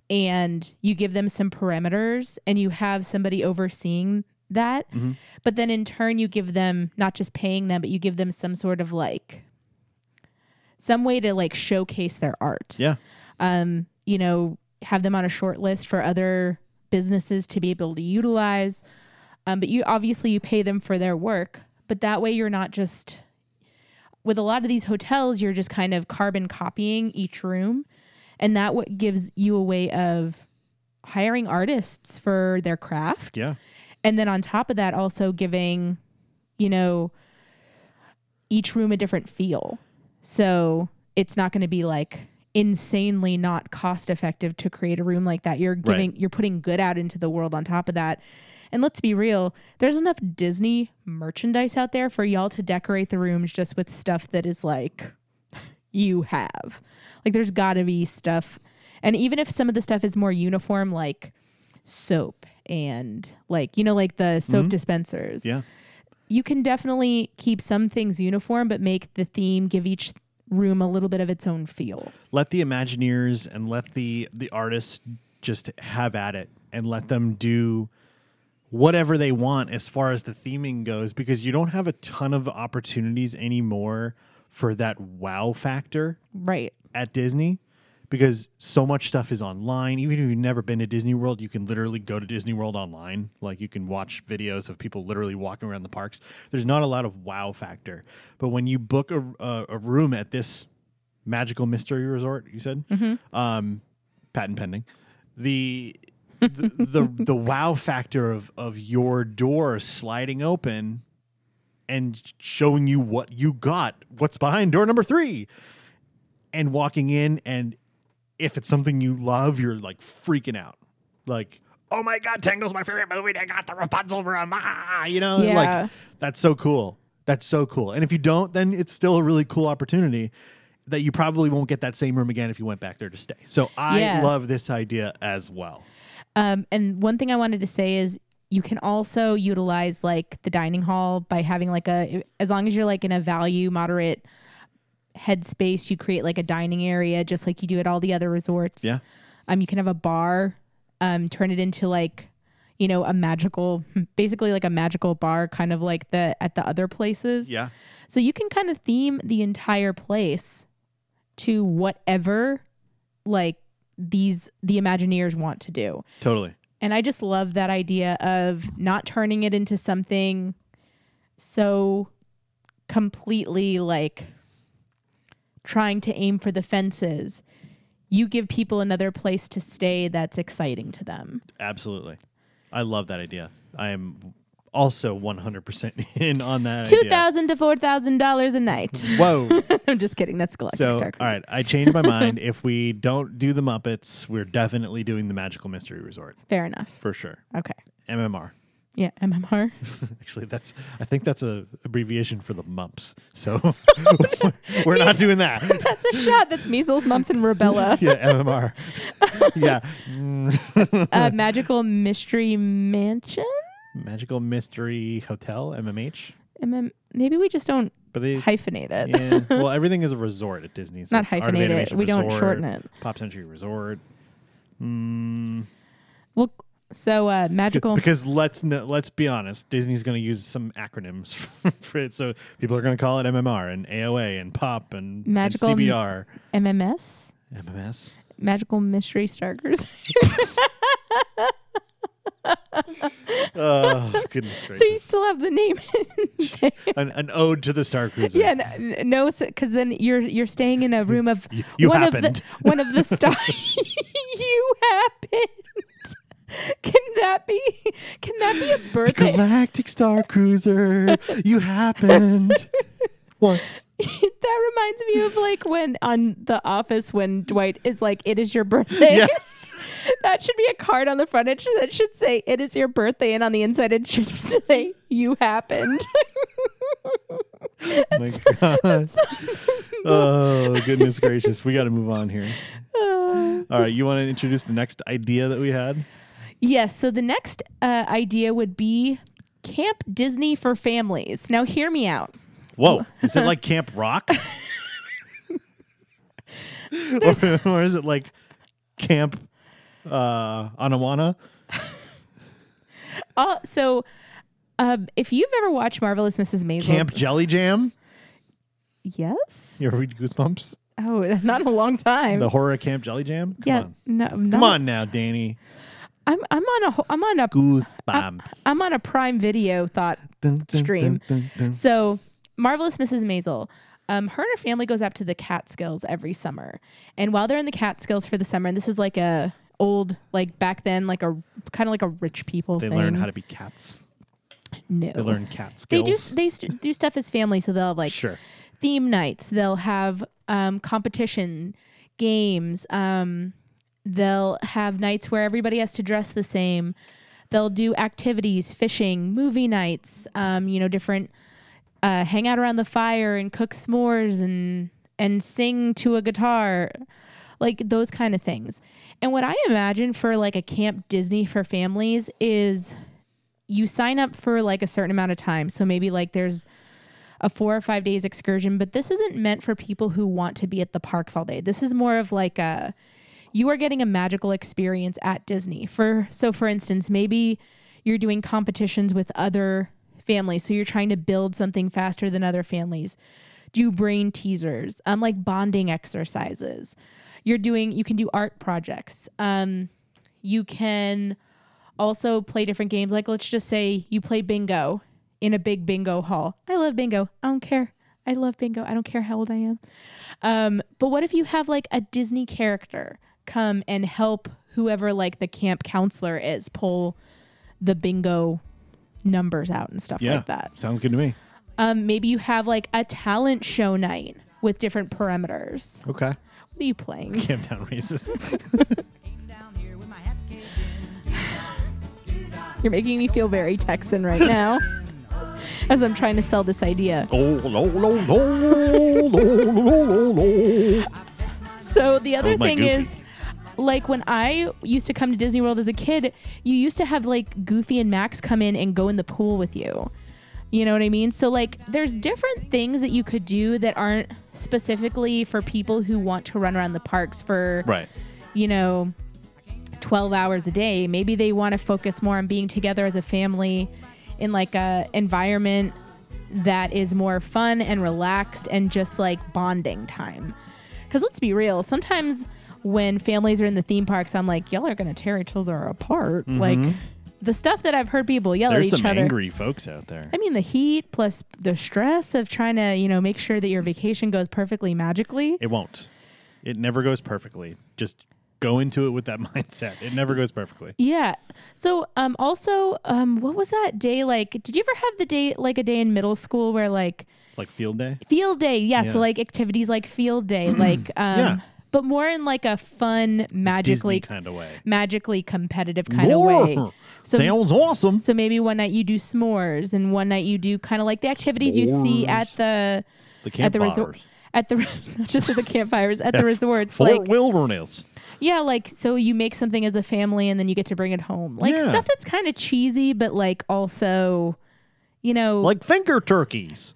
B: and you give them some parameters and you have somebody overseeing that. But then in turn, you give them not just paying them, but you give them some sort of like some way to like showcase their art.
A: Yeah.
B: Um, you know, have them on a short list for other businesses to be able to utilize. Um, but you obviously you pay them for their work, but that way you're not just with a lot of these hotels, you're just kind of carbon copying each room. And that what gives you a way of hiring artists for their craft.
A: Yeah.
B: And then on top of that, also giving, you know, each room a different feel. So it's not going to be like insanely not cost effective to create a room like that. You're giving, you're putting good out into the world on top of that. And let's be real, there's enough Disney merchandise out there for y'all to decorate the rooms just with stuff that is like you have. Like there's got to be stuff. And even if some of the stuff is more uniform, like soap and like, you know, like the soap dispensers
A: Mm-hmm. Yeah.
B: you can definitely keep some things uniform, but make the theme give each room a little bit of its own feel.
A: Let the Imagineers and let the the artists just have at it and let them do whatever they want as far as the theming goes because you don't have a ton of opportunities anymore for that wow factor
B: Right.
A: at Disney because so much stuff is online. Even if you've never been to Disney World, you can literally go to Disney World online. Like you can watch videos of people literally walking around the parks. There's not a lot of wow factor. But when you book a, a, a room at this magical mystery resort, you said, um, patent pending, the the, the the wow factor of of your door sliding open and showing you what you got, what's behind door number three, and walking in. And if it's something you love, you're like freaking out. Like, oh my God, Tangle's my favorite movie. They got the Rapunzel room. Ah, you know,
B: Yeah.
A: like that's so cool. That's so cool. And if you don't, then it's still a really cool opportunity that you probably won't get that same room again if you went back there to stay. So I
B: Yeah.
A: love this idea as well.
B: Um, and one thing I wanted to say is you can also utilize like the dining hall by having like a, as long as you're like in a value moderate headspace, you create like a dining area just like you do at all the other resorts.
A: Yeah.
B: Um, you can have a bar, um, turn it into like, you know, a magical, basically like a magical bar, kind of like the at the other places.
A: Yeah.
B: So you can kind of theme the entire place to whatever like these the imagineers want to do.
A: Totally.
B: And I just love that idea of not turning it into something so completely like trying to aim for the fences. You give people another place to stay that's exciting to them.
A: Absolutely. I love that idea. I am also 100% in on that
B: Two
A: idea.
B: thousand to four thousand dollars a night.
A: Whoa.
B: I'm just kidding. That's Galactic
A: So, all
B: Star Cruiser.
A: right, I changed my mind. If we don't do the Muppets, we're definitely doing the Magical Mystery Resort
B: Fair enough.
A: for sure.
B: Okay.
A: MMR.
B: Yeah, MMR.
A: Actually, that's I think that's a abbreviation for the mumps. So we're not doing that.
B: That's a shot. That's measles, mumps, and rubella.
A: Yeah, MMR. yeah. Mm.
B: uh, magical mystery mansion.
A: Magical Mystery Hotel, MMH.
B: And then maybe we just don't
A: But they
B: hyphenate it.
A: yeah. Well, everything is a resort at Disney. So
B: Not
A: it's Art of
B: hyphenated.
A: Animation
B: We don't
A: Resort,
B: shorten it.
A: Pop Century Resort. Mm,
B: Well, so uh, magical.
A: because let's no, let's be honest, Disney's going to use some acronyms for it, so people are going to call it MMR and AOA and Pop and, and
B: Magical m-
A: CBR,
B: MMS.
A: MMS.
B: Magical mystery Star Cruiser.
A: Oh goodness
B: so you
A: gracious!
B: still have the name.
A: an, an ode to the Star Cruiser.
B: yeah, n- n- no, because then you're you're staying in a room of
A: you
B: one of
A: happened.
B: the one of the stars. you happened. Can that be? Can that be a
A: The
B: birthday?
A: Galactic Star Cruiser, you happened once.
B: that reminds me of like when on The Office when Dwight is like, "It is your birthday."
A: Yes.
B: that should be a card on the front. It should, that should say, "It is your birthday," and on the inside it should say, "You happened."
A: Oh my god. oh goodness gracious. We got to move on here. All right, you want to introduce the next idea that we had?
B: yes. So the next uh, idea would be Camp Disney for families. Now, hear me out.
A: Whoa, is it like Camp Rock? or, or is it like Camp uh Anawana?
B: All, so Um, if you've ever watched Marvelous Mrs. Maisel,
A: Camp Jelly Jam.
B: yes.
A: You ever read Goosebumps?
B: Oh, not in a long time.
A: The horror of Camp Jelly Jam. Come
B: yeah,
A: on.
B: no, no.
A: Come on now, Danny.
B: I'm I'm on a ho- I'm on a
A: Goosebumps.
B: I'm on a Prime Video thought stream. So, Marvelous Mrs. Maisel. Um, her and her family goes up to the Catskills every summer, and while they're in the Catskills for the summer, and this is like a old, like back then, like a kind of like a rich people.
A: They
B: thing.
A: learn how to be cats.
B: No.
A: They learn cat
B: They
A: skills.
B: do. They st- do stuff as family, so they'll have like
A: Sure.
B: theme nights. They'll have um, competition games. Um, they'll have nights where everybody has to dress the same. They'll do activities, fishing, movie nights. Um, you know, different uh, hang out around the fire and cook s'mores and and sing to a guitar, like those kind of things. And what I imagine for like a camp Disney for families is you sign up for like a certain amount of time. So maybe like there's a four or five days excursion, but this isn't meant for people who want to be at the parks all day. This is more of like a you are getting a magical experience at Disney. For so for instance, maybe you're doing competitions with other families. So you're trying to build something faster than other families. Do brain teasers, um like bonding exercises. You're doing you can do art projects. Um you can also play different games. Like let's just say you play bingo in a big bingo hall. I love bingo. I don't care. I love bingo. I don't care how old I am. Um, but what if you have like a Disney character come and help whoever like the camp counselor is pull the bingo numbers out and stuff
A: Yeah.
B: like that?
A: Sounds good to me.
B: Um, maybe you have like a talent show night with different parameters.
A: Okay.
B: What are you playing?
A: Camp Town Racist.
B: You're making me feel very Texan right now as I'm trying to sell this idea.
A: oh, lo, lo, lo, lo, lo, lo, lo.
B: So the other
A: was Oh, my
B: thing
A: Goofy.
B: is, like when I used to come to Disney World as a kid, you used to have like Goofy and Max come in and go in the pool with you. You know what I mean? So like there's different things that you could do that aren't specifically for people who want to run around the parks for
A: Right.
B: you know 12 hours a day. Maybe they want to focus more on being together as a family in like a environment that is more fun and relaxed and just like bonding time. Cuz let's be real, sometimes when families are in the theme parks, I'm like y'all are going to tear each other apart. Like the stuff that I've heard people yell
A: Mm-hmm. There's
B: at each
A: some
B: other.
A: angry folks out there.
B: I mean, the heat plus the stress of trying to, you know, make sure that your vacation goes perfectly magically.
A: It won't. It never goes perfectly. Just go into it with that mindset. It never goes perfectly.
B: Yeah. So um also um what was that day like? Did you ever have the day like a day in middle school where like
A: Like field day.
B: field day? Yeah,
A: Yeah.
B: so like activities like field day like um
A: Yeah.
B: but more in like a fun magically
A: Disney kind of way.
B: magically competitive kind of way. So
A: Sounds awesome.
B: so maybe one night you do s'mores and one night you do kind of like the activities you see at the
A: The
B: at
A: camp
B: the resort
A: fires.
B: at the not just at the campfires at the resorts
A: Fort
B: like
A: Wilderness.
B: yeah, like so you make something as a family and then you get to bring it home. Like
A: Yeah.
B: stuff that's kind of cheesy, but like also, you know,
A: Like finger turkeys.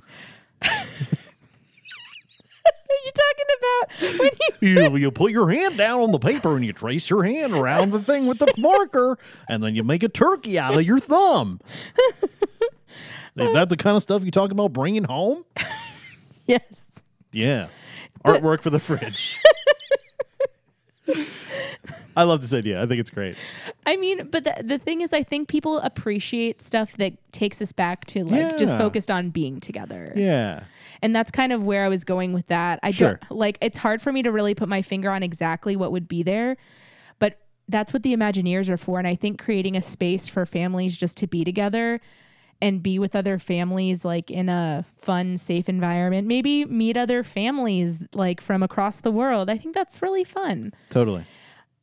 B: are you talking about when you
A: You, you put your hand down on the paper and you trace your hand around the thing with the marker, and then you make a turkey out of your thumb. Is that the kind of stuff you talk about bringing home?
B: yes.
A: Yeah. Artwork for the fridge. I love this idea. I think it's great.
B: I mean, but the, the thing is, I think people appreciate stuff that takes us back to like just
A: Yeah.
B: focused on being together.
A: Yeah.
B: And that's kind of where I was going with that. I
A: Sure.
B: don't like it's hard for me to really put my finger on exactly what would be there, but that's what the Imagineers are for. And I think creating a space for families just to be together and be with other families like in a fun, safe environment. Maybe meet other families like from across the world. I think that's really fun.
A: Totally.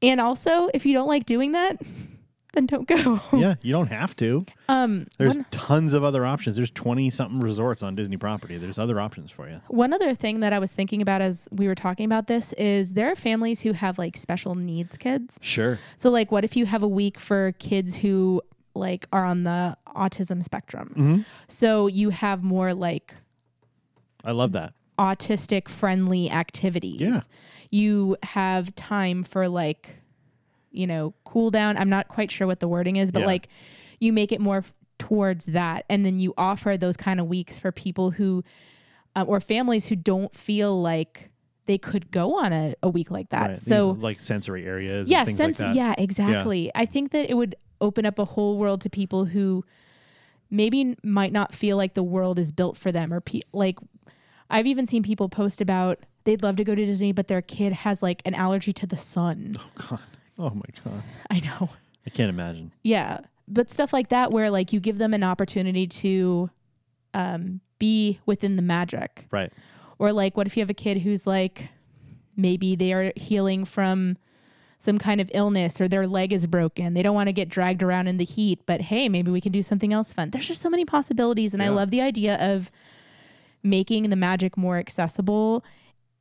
B: And also, if you don't like doing that, then don't go.
A: Yeah. You don't have to.
B: Um
A: There's
B: one-
A: tons of other options. There's 20 something resorts on Disney property. There's other options for you.
B: One other thing that I was thinking about as we were talking about this is there are families who have like special needs kids.
A: Sure.
B: So like what if you have a week for kids who like are on the autism spectrum?
A: Mm-hmm.
B: So you have more like
A: I love that.
B: autistic friendly activities.
A: Yeah.
B: You have time for like you know, cool down. I'm not quite sure what the wording is, but
A: Yeah.
B: like you make it more f- towards that and then you offer those kind of weeks for people who um, or families who don't feel like they could go on a, a week like that
A: Right.
B: so
A: like sensory areas.
B: yeah
A: and things
B: sense
A: like that.
B: yeah exactly i think that it would open up a whole world to people who maybe n- might not feel like the world is built for them or pe- like i've even seen people post about they'd love to go to disney but their kid has like an allergy to the sun
A: God. Oh my god.
B: i know
A: I can't imagine.
B: yeah but stuff like that where like you give them an opportunity to um, be within the magic
A: Right.
B: Or like, what if you have a kid who's like, maybe they are healing from some kind of illness or their leg is broken. They don't want to get dragged around in the heat, but hey, maybe we can do something else fun. There's just so many possibilities. And I
A: Yeah.
B: love the idea of making the magic more accessible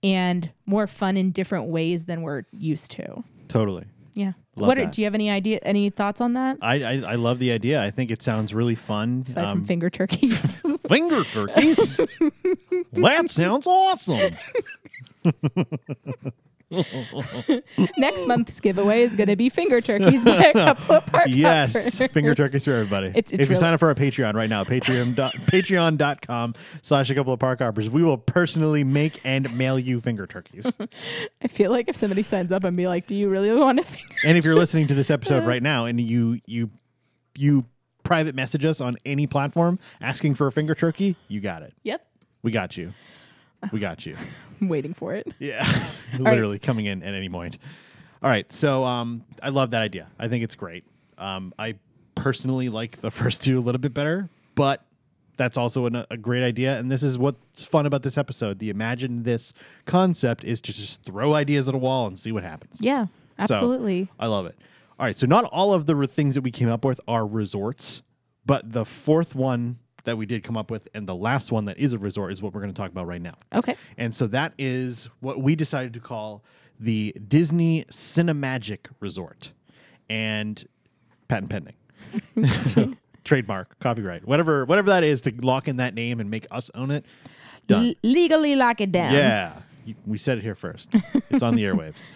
B: and more fun in different ways than we're used to.
A: Totally.
B: Yeah.
A: Love
B: what are,
A: that.
B: do you have any idea, any thoughts on that?
A: I, I I love the idea. I think it sounds really fun. Um,
B: Aside from finger turkey.
A: finger turkeys. that sounds awesome.
B: Next month's giveaway is going to be finger turkeys by a couple of park
A: Yes, finger
B: operators.
A: turkeys for everybody.
B: It's-
A: if
B: it's
A: you
B: really-
A: sign up for our Patreon right now, Patreon dot- patreon.com slash a couple of park hoppers, we will personally make and mail you finger turkeys.
B: I feel like if somebody signs up and be like, "Do you really want a finger?"
A: and if you're listening to this episode right now and you you you private message us on any platform asking for a finger turkey, you got it.
B: Yep,
A: We got you. We got you.
B: I'm waiting for it.
A: Yeah. Literally coming in at any point. All right. So um, I love that idea. I think it's great. Um, I personally like the first two a little bit better, but that's also an, a great idea. And this is what's fun about this episode. The Imagine This concept is to just throw ideas at a wall and see what happens.
B: Yeah,
A: So,
B: absolutely.
A: I love it. All right. So not all of the re- things that we came up with are resorts, but the fourth one that we did come up with and the last one that is a resort is what we're going to talk about right now.
B: okay,
A: And so that is what we decided to call the Disney Cinemagic Resort. And patent pending. So, trademark, copyright, whatever whatever that is to lock in that name and make us own it. Done.
B: L- legally lock it down.
A: Yeah. You- We said it here first. It's on the airwaves.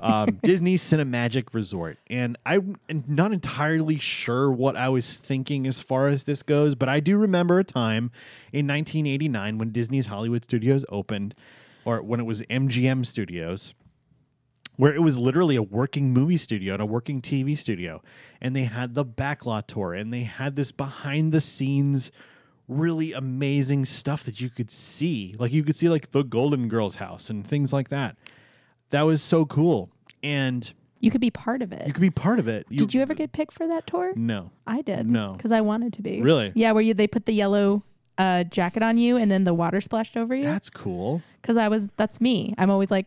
A: Um, Disney Cinemagic Resort. And I'm not entirely sure what I was thinking as far as this goes, but I do remember a time in 1989 when Disney's Hollywood Studios opened, or when it was MGM Studios, where it was literally a working movie studio and a working TV studio. And they had the backlot tour and they had this behind the scenes, really amazing stuff that you could see. Like you could see like the Golden Girls house and things like that. That was so cool. And
B: you could be part of it.
A: you could be part of it.
B: did you ever get picked for that tour?
A: No.
B: I did.
A: No.
B: because I wanted to be.
A: Really?
B: Yeah, where you they put the yellow uh, jacket on you and then the water splashed over you.
A: That's cool.
B: Because I was that's me. I'm always like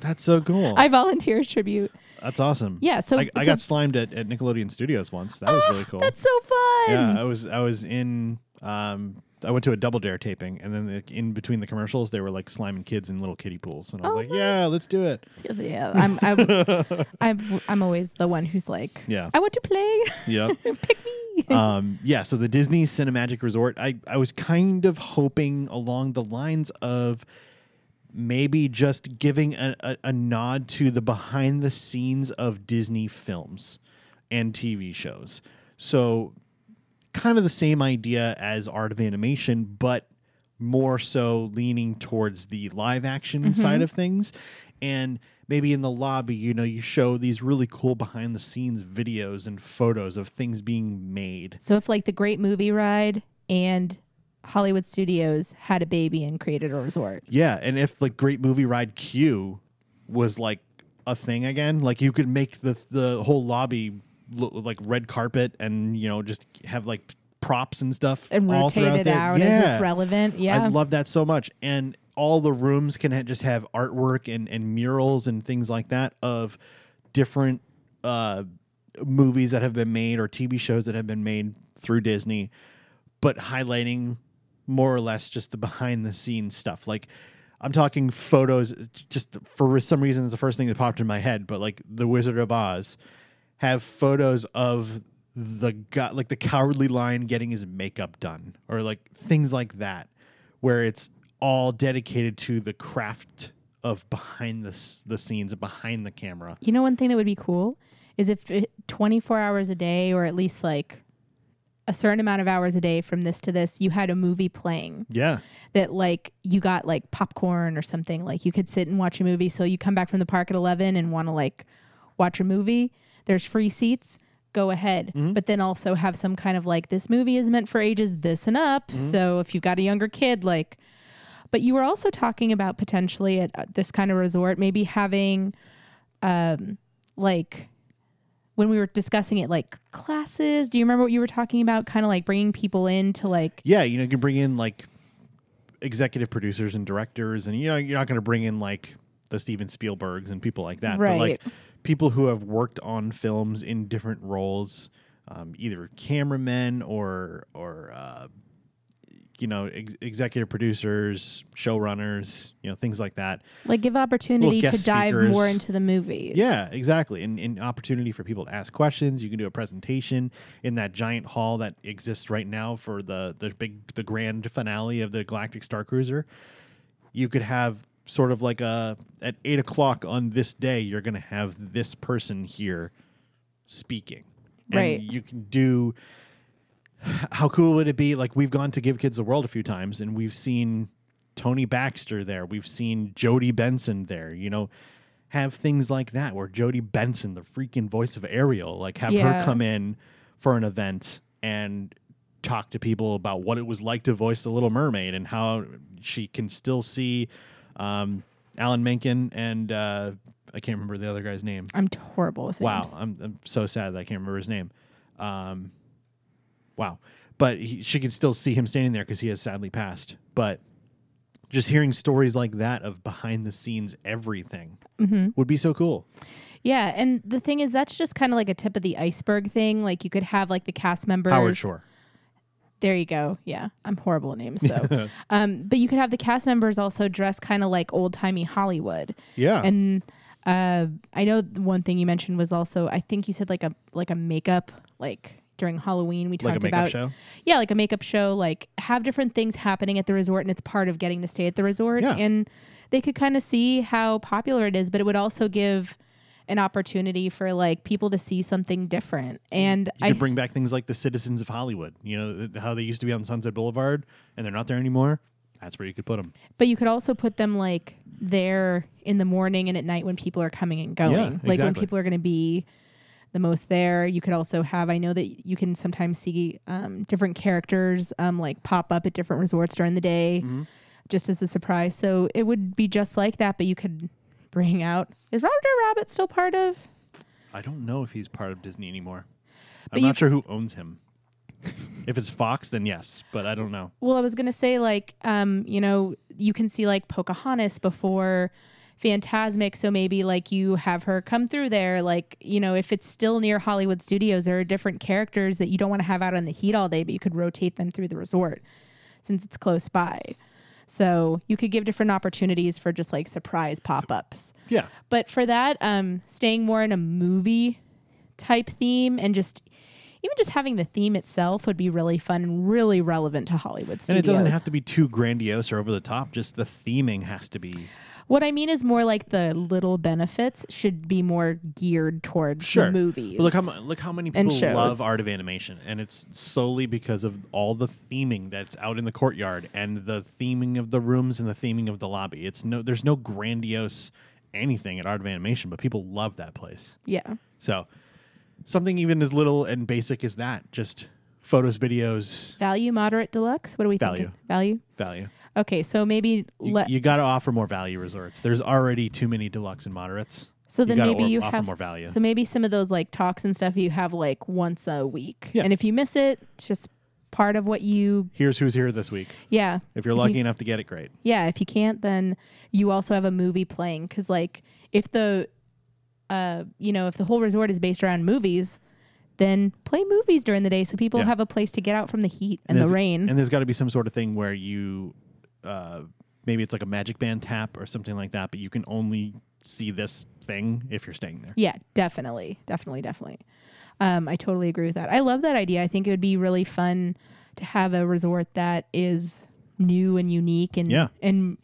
A: That's so cool.
B: I volunteer as tribute.
A: That's awesome.
B: Yeah, so-
A: I, I
B: so-
A: got slimed at, at Nickelodeon Studios once. That was really cool.
B: That's so fun.
A: Yeah, I was I was in um I went to a double dare taping and then the, in between the commercials they were like sliming kids in little kiddie pools and I was
B: Oh,
A: like,
B: nice.
A: "Yeah, let's do it."
B: Yeah, I'm I'm, I'm I'm always the one who's like,
A: Yeah.
B: I want to play.
A: Yeah.
B: Pick me.
A: um yeah, so the Disney Cinemagic Resort, I I was kind of hoping along the lines of maybe just giving a, a, a nod to the behind the scenes of Disney films and TV shows. So kind of the same idea as Art of Animation, but more so leaning towards the live action
B: Mm-hmm.
A: side of things. And maybe in the lobby, you know, you show these really cool behind the scenes videos and photos of things being made.
B: So if like the Great Movie Ride and Hollywood Studios had a baby and created a resort.
A: Yeah, and if like Great Movie Ride Q was like a thing again, like you could make the the whole lobby look like red carpet, and you know just have like props and stuff
B: And
A: all
B: rotate
A: throughout
B: it
A: there.
B: out
A: yeah.
B: as it's relevant. Yeah.
A: I love that so much. And all the rooms can ha- just have artwork and, and murals and things like that of different uh, movies that have been made or TV shows that have been made through Disney, but highlighting more or less just the behind the scenes stuff. Like, I'm talking photos, just for some reason, it's the first thing that popped in my head, but like The Wizard of Oz have photos of the guy, like the cowardly lion getting his makeup done, or like things like that, where it's all dedicated to the craft of behind the s- the scenes, and behind the camera.
B: you know, one thing that would be cool is if it, 24 hours a day or at least like a certain amount of hours a day from this to this, you had a movie playing
A: Yeah.
B: that like you got like popcorn or something. Like you could sit and watch a movie. So you come back from the park at 11 and want to like watch a movie. There's free seats. Go ahead. But then also have some kind of like, this movie is meant for ages this and up. So if you've got a younger kid, like, but you were also talking about potentially at uh, this kind of resort, maybe having um, like when we were discussing it, like classes. Do you remember what you were talking about? Kind of like bringing people in to like,
A: Yeah, you know, you can bring in like executive producers and directors, and you know, you're not going to bring in like the Steven Spielbergs and people like that, but like
B: Right.
A: people who have worked on films in different roles, um, either cameramen or or uh, you know ex- executive producers, showrunners, you know, things like that.
B: like give opportunity to
A: guest
B: dive
A: speakers.
B: more into the movies.
A: Yeah, exactly. And an opportunity for people to ask questions. You can do a presentation in that giant hall that exists right now for the the big the grand finale of the Galactic Star Cruiser. You could have sort of like a at eight o'clock on this day, you're gonna have this person here speaking. And
B: Right.
A: You can do how cool would it be? Like we've gone to Give Kids the World a few times and we've seen Tony Baxter there. We've seen Jody Benson there, you know, have things like that where Jody Benson, the freaking voice of Ariel, like have her
B: Yeah.
A: come in for an event and talk to people about what it was like to voice the Little Mermaid and how she can still see um, Alan Menken and uh, I can't remember the other guy's name.
B: I'm t- horrible with
A: Wow,
B: names.
A: I'm, I'm so sad that I can't remember his name. Um, wow, but he, she can still see him standing there because he has sadly passed. But just hearing stories like that of behind the scenes everything
B: Mm-hmm.
A: would be so cool.
B: Yeah, and the thing is, that's just kind of like a tip of the iceberg thing. Like you could have like the cast members.
A: Howard Shore.
B: There you go. Yeah, I'm horrible at names. So, um, but you could have the cast members also dress kind of like old timey Hollywood.
A: Yeah.
B: And uh, I know one thing you mentioned was also I think you said like a like a makeup like during Halloween we talked
A: Like a makeup
B: about
A: show?
B: yeah like a makeup show like have different things happening at the resort and it's part of getting to stay at the resort
A: Yeah.
B: and they could kind of see how popular it is but it would also give an opportunity for like people to see something different and
A: you
B: I
A: could bring back things like the Citizens of Hollywood. You know th- how they used to be on Sunset Boulevard, and they're not there anymore. That's where you could put them.
B: But you could also put them like there in the morning and at night when people are coming and going. Like when
A: exactly.
B: people are going to be the most there. You could also have, I know that you can sometimes see um, different characters um, like pop up at different resorts during the day just as a surprise. So it would be just like that, but you could bring out. Is Roger Rabbit still part of?
A: I don't know if he's part of Disney anymore.
B: But
A: I'm
B: you-
A: not sure who owns him. if it's Fox, then yes, but I don't know.
B: Well, I was gonna say like, um, you know, you can see like Pocahontas before Phantasmic, so maybe like you have her come through there. Like, you know, if it's still near Hollywood Studios, there are different characters that you don't want to have out in the heat all day, but you could rotate them through the resort since it's close by. So you could give different opportunities for just like surprise pop ups.
A: Yeah.
B: But for that, um, staying more in a movie type theme and just even just having the theme itself would be really fun and really relevant to Hollywood studios.
A: And it doesn't have to be too grandiose or over the top. Just the theming has to be
B: What I mean is more like the little benefits should be more geared towards the movies.
A: But look how mu- look how many
B: and
A: people love
B: shows.
A: art of animation, and it's solely because of all the theming that's out in the courtyard and the theming of the rooms and the theming of the lobby. It's no there's no grandiose anything at art of animation, but people love that place.
B: yeah.
A: So something even as little and basic as that, just photos, videos,
B: Value, moderate, deluxe. What are we
A: Value.
B: thinking? Value.
A: value.
B: Okay, so maybe
A: You,
B: let
A: you got to offer more value resorts. There's already too many deluxe and moderates.
B: so
A: you
B: then
A: gotta
B: maybe
A: or-
B: you
A: offer
B: have
A: more value.
B: So maybe some of those like talks and stuff you have like once a week,
A: Yeah.
B: and if you miss it, it's just part of what you
A: Here's who's here this week.
B: yeah.
A: If you're lucky enough to get it, great.
B: yeah if you can't then you also have a movie playing because like if the uh you know if the whole resort is based around movies then play movies during the day so people
A: Yeah.
B: have a place to get out from the heat and, the
A: there's-
B: rain
A: And there's got to be some sort of thing where you, uh, maybe it's like a magic band tap or something like that, but you can only see this thing if you're staying there.
B: yeah definitely definitely definitely um i totally agree with that i love that idea i think it would be really fun to have a resort that is new and unique and
A: Yeah.
B: and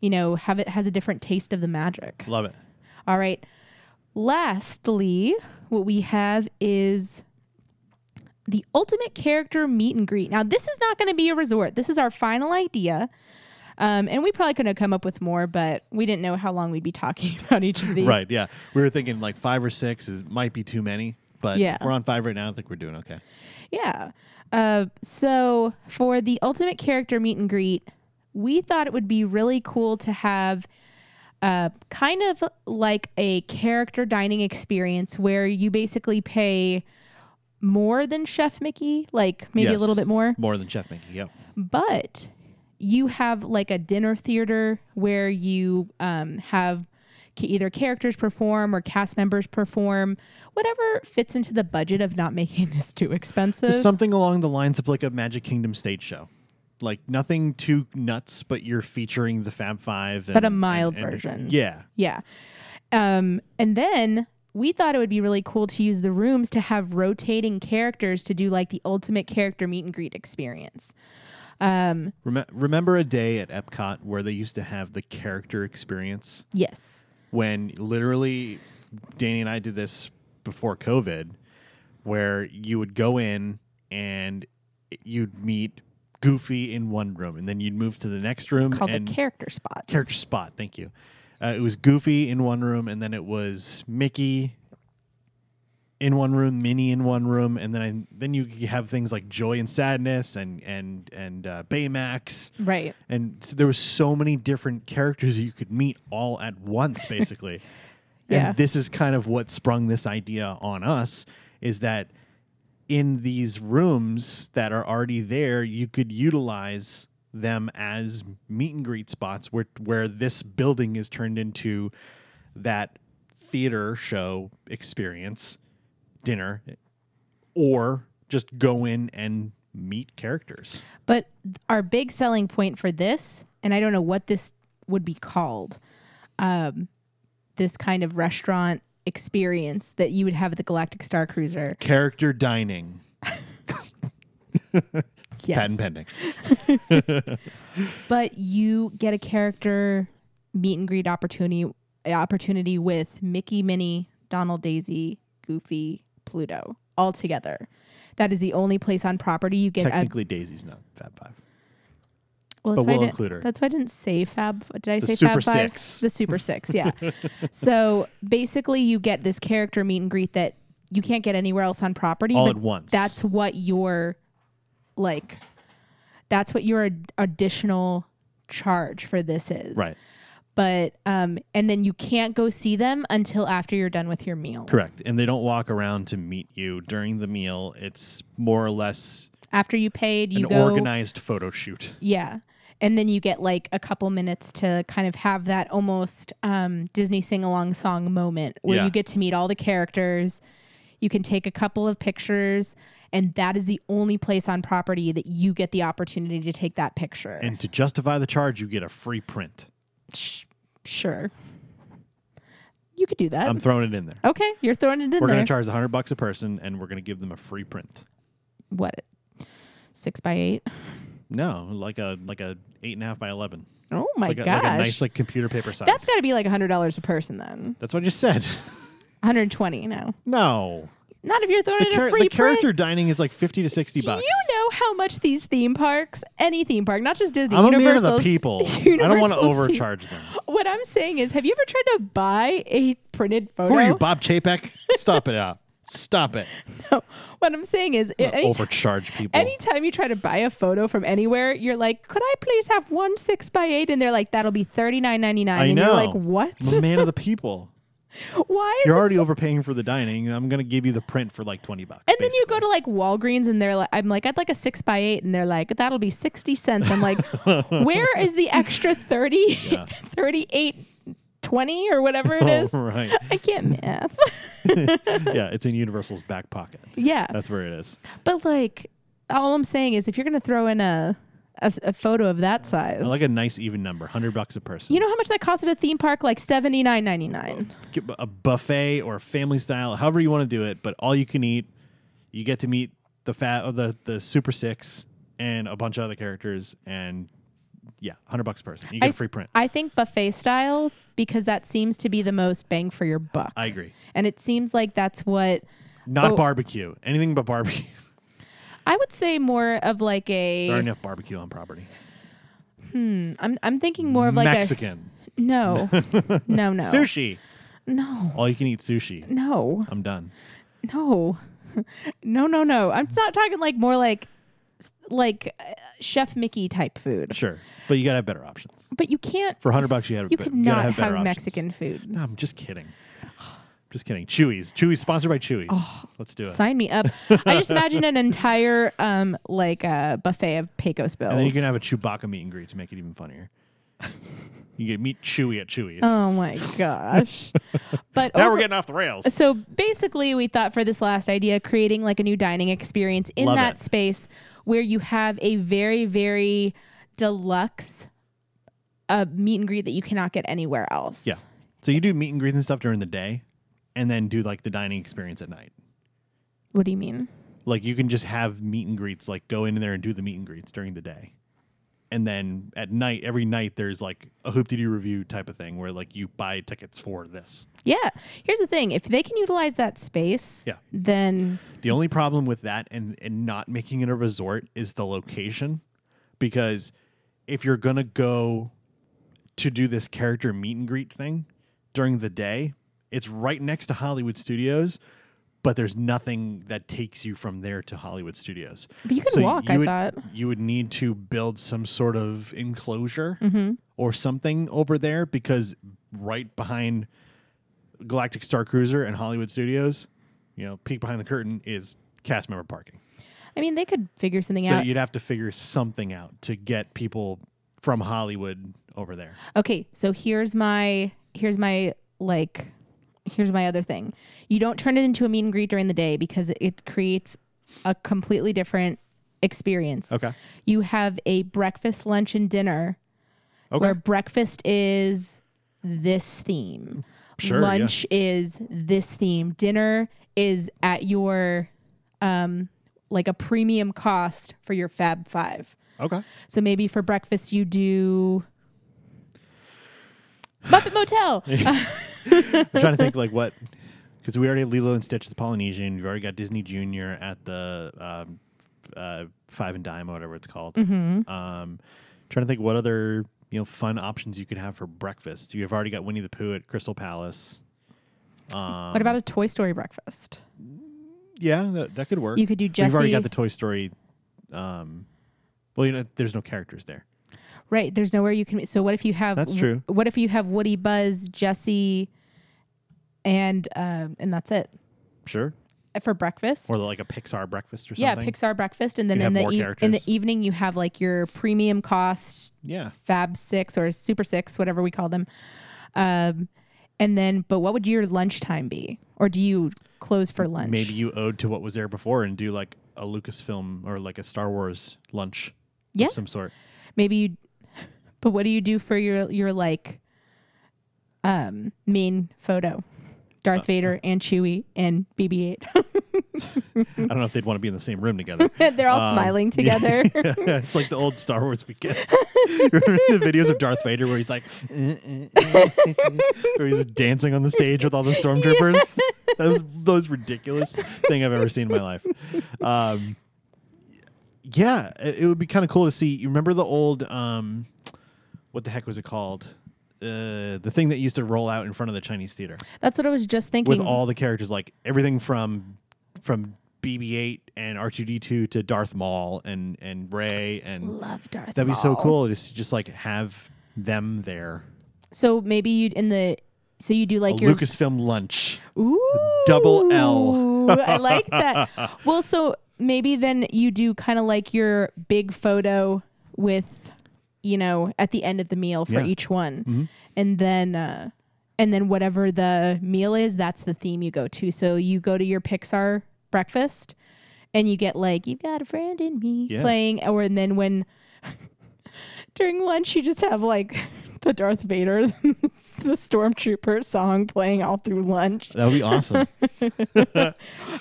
B: you know have it has a different taste of the magic
A: Love it.
B: All right. Lastly, what we have is the ultimate character meet and greet. Now, this is not going to be a resort. This is our final idea. Um, and we probably could have come up with more, but we didn't know how long we'd be talking about each of these.
A: Right. Yeah. We were thinking like five or six is might be too many, but
B: Yeah.
A: we're on five right now. I think we're doing okay.
B: Yeah. Uh, so for the ultimate character meet and greet, we thought it would be really cool to have uh, kind of like a character dining experience where you basically pay more than Chef Mickey, like maybe a
A: Yes.
B: little bit more,
A: More than Chef Mickey. Yep.
B: Uh, but you have like a dinner theater where you um, have ca- either characters perform or cast members perform whatever fits into the budget of not making this too expensive
A: Something along the lines of like a Magic Kingdom stage show. Like nothing too nuts, but you're featuring the Fab Five. And,
B: a mild
A: and- and-
B: version.
A: Yeah.
B: Yeah. Um, and then we thought it would be really cool to use the rooms to have rotating characters to do like the ultimate character meet and greet experience. Um,
A: Rem- remember a day at Epcot where they used to have the character experience
B: yes.
A: when literally Danny and I did this before COVID, where you would go in and you'd meet Goofy in one room, and then you'd move to the next room.
B: It's called
A: and
B: the character spot.
A: character spot. Thank you. Uh, it was Goofy in one room, and then it was Mickey in one room, Minnie in one room, and then I, then you could have things like Joy and Sadness, and and and uh, Baymax,
B: right.
A: and so there was so many different characters you could meet all at once, basically.
B: Yeah.
A: And this is kind of what sprung this idea on us is that in these rooms that are already there, you could utilize them as meet and greet spots where where this building is turned into that theater show experience dinner or just go in and meet characters.
B: But th- our big selling point for this, and I don't know what this would be called, um, this kind of restaurant experience that you would have at the Galactic Star Cruiser.
A: Character dining.
B: Yes.
A: Patent pending.
B: but you get a character meet and greet opportunity eh, opportunity with Mickey, Minnie, Donald, Daisy, Goofy, Pluto all together. That is the only place on property you get. A,
A: Technically, Daisy's not Fab Five.
B: well,
A: but
B: why I
A: we'll
B: didn't-
A: include her.
B: That's why I didn't say Fab. Did I
A: The
B: say
A: Super
B: Fab Five?
A: Six.
B: The Super Six. Yeah. so basically, you get this character meet and greet that you can't get anywhere else on property.
A: All
B: but
A: at once.
B: That's what your like. That's what your ad- additional charge for this is.
A: Right.
B: but um and then you can't go see them until after you're done with your meal
A: Correct. And they don't walk around to meet you during the meal. It's more or less
B: after you paid you
A: an
B: go
A: organized photo shoot.
B: yeah and then you get like a couple minutes to kind of have that almost um, Disney sing along song moment where
A: Yeah.
B: you get to meet all the characters. You can take a couple of pictures, and that is the only place on property that you get the opportunity to take that picture.
A: And to justify the charge, you get a free print.
B: Sh- sure. You could do that.
A: I'm throwing it in there.
B: okay, you're throwing it in
A: Um, We're going
B: there.
A: to charge 100 bucks a person and we're going to give them a free print.
B: what? Six by eight?
A: No, like a like a eight and a half by eleven,
B: Oh my
A: like a,
B: gosh.
A: like a nice like computer paper size.
B: That's got to be like $100 a person then.
A: That's what I just said.
B: 120 no.
A: no,
B: Not if you're throwing
A: the,
B: in
A: char-
B: a
A: the
B: free
A: character
B: print.
A: dining is like fifty to sixty bucks.
B: You know how much these theme parks, any theme park, not just Disney,
A: I'm a man of
B: Universal,
A: the people. I don't want to
B: Universal's-
A: overcharge them.
B: What I'm saying is, have you ever tried to buy a printed photo?
A: Who are you, Bob Chapek? Stop it out. Stop it.
B: No. What I'm saying is,
A: Don't
B: any-
A: overcharge people.
B: anytime you try to buy a photo from anywhere, you're like, could I please have one six by eight? And they're like, that'll be thirty nine ninety nine.
A: I
B: And
A: know.
B: you're like, what?
A: I'm a man of the people.
B: Why is
A: You're
B: it
A: already overpaying for the dining. and I'm gonna give you the print for like twenty bucks.
B: And then you go to like Walgreens and they're like, I'm like, I'd like a six by eight. And they're like, that'll be 60 cents. I'm like, where is the extra 30, 38, 20 or whatever it is?
A: All right.
B: I can't math.
A: yeah, it's in Universal's back pocket.
B: yeah.
A: That's where it is.
B: but like, all I'm saying is if you're going to throw in a, a, s- a photo of that size,
A: I like a nice even number, hundred bucks a person.
B: you know how much that costs at a theme park? Like seventy nine ninety nine.
A: Get a buffet or family style, however you want to do it, but all you can eat. You get to meet the fat of the the Super Six and a bunch of other characters, and yeah, hundred bucks a person. You get a free print.
B: I think buffet style because that seems to be the most bang for your buck.
A: I agree.
B: and it seems like that's what
A: Not
B: Oh.
A: barbecue. Anything but barbecue.
B: I would say more of like
A: There aren't
B: a.
A: enough barbecue on property.
B: I'm I'm thinking more of like
A: Mexican.
B: a no, no, no,
A: Sushi.
B: no,
A: All you can eat sushi.
B: no,
A: I'm done.
B: no, no, no, no. I'm not talking like more like like uh, Chef Mickey type food.
A: Sure. But you got to have better options.
B: But you can't.
A: For 100 bucks, you, have,
B: You
A: be-
B: could
A: gotta
B: not
A: have,
B: have,
A: better options.
B: Mexican food.
A: No, I'm just kidding. Just kidding. Chewy's. Chewy's sponsored by Chewy's.
B: Oh,
A: Let's do it.
B: Sign me up. I just imagine an entire um like a buffet of Pecos bills.
A: and then you can have a Chewbacca meet and greet to make it even funnier. you get meet Chewy at Chewy's.
B: oh my gosh. but
A: now
B: over-
A: we're getting off the rails.
B: so basically we thought for this last idea creating like a new dining experience in
A: Love
B: that
A: it.
B: space where you have a very very deluxe uh, meet and greet that you cannot get anywhere else
A: Yeah. So you do meet and greet and stuff during the day and then do like the dining experience at night.
B: what do you mean
A: Like you can just have meet and greets, like go in there and do the meet and greets during the day. And then at night, every night there's like a hoop de doo review type of thing where like you buy tickets for this.
B: yeah here's the thing if they can utilize that space
A: Yeah.
B: then
A: The only problem with that and, and not making it a resort is the location. Because if you're going to go to do this character meet and greet thing during the day, it's right next to Hollywood Studios, but there's nothing that takes you from there to Hollywood Studios.
B: But you can walk, I
A: would,
B: thought.
A: You would need to build some sort of enclosure
B: Mm-hmm.
A: or something over there because right behind Galactic Star Cruiser and Hollywood Studios, you know, peek behind the curtain is cast member parking.
B: i mean they could figure something
A: So
B: out
A: you'd have to figure something out to get people from Hollywood over there.
B: okay so here's my here's my like here's my other thing you don't turn it into a meet and greet during the day because it creates a completely different experience
A: Okay.
B: you have a breakfast lunch and dinner
A: Okay.
B: where breakfast is this theme
A: Sure, yeah.
B: lunch is this theme dinner is at your um like a premium cost for your fab five
A: okay.
B: so maybe for breakfast you do Muppet Motel.
A: I'm trying to think like what because we already have Lilo and Stitch at the Polynesian. We've already got Disney Junior at the um, f- uh, Five and Dime, or whatever it's called.
B: Mm-hmm.
A: Um, trying to think what other you know fun options you could have for breakfast. You've already got Winnie the Pooh at Crystal Palace. Um,
B: what about a Toy Story breakfast?
A: yeah, that, that could work.
B: You could do
A: We've already got
B: Jessie-
A: the Toy Story. Um, well, you know, there's no characters there.
B: Right. There's nowhere you can. So what if you have?
A: That's true.
B: What if you have Woody, Buzz, Jesse, and um, and that's it
A: Sure.
B: for breakfast.
A: Or like a Pixar breakfast or
B: yeah,
A: something.
B: Pixar breakfast, and then
A: You
B: in the
A: have more
B: eve- in the
A: characters.
B: evening you have like your premium cost
A: Yeah.
B: Fab Six or Super Six, whatever we call them. Um, and then, but what would your lunchtime be? Or do you close for lunch?
A: Maybe you owed to what was there before and do like a Lucasfilm or like a Star Wars lunch
B: Yeah.
A: of some sort.
B: maybe you but what do you do for your your like um main photo
A: Uh,
B: darth vader and chewie and bb8
A: I don't know if they'd want to be in the same room together.
B: they're all
A: Um,
B: smiling
A: yeah.
B: together
A: it's like the old Star Wars weekends. Remember the videos of Darth Vader where he's like, uh, uh, uh, where he's dancing on the stage with all the stormtroopers. That was the most ridiculous thing I've ever seen in my life. Um, yeah, it, it would be kind of cool to see. You remember the old, um, what the heck was it called? Uh, the thing that used to roll out in front of the Chinese theater
B: that's what i was just thinking
A: with all the characters, like everything from from BB-8 and R2D2 to Darth Maul and and Ray, and
B: love darth
A: that'd be so
B: Maul.
A: cool. Just just like have them there.
B: so maybe you'd in the so you do
A: A
B: like your
A: Lucasfilm lunch.
B: Ooh,
A: double L.
B: I like that. Well, so maybe then you do kind of like your big photo with, you know, at the end of the meal for
A: Yeah. Mm-hmm.
B: each one, and then uh, and then whatever the meal is, that's the theme you go to. So you go to your Pixar breakfast, and you get like you've got a friend in me
A: Yeah.
B: playing, or and then when during lunch you just have like. The Darth Vader, the Stormtrooper song playing all through lunch.
A: That would be awesome.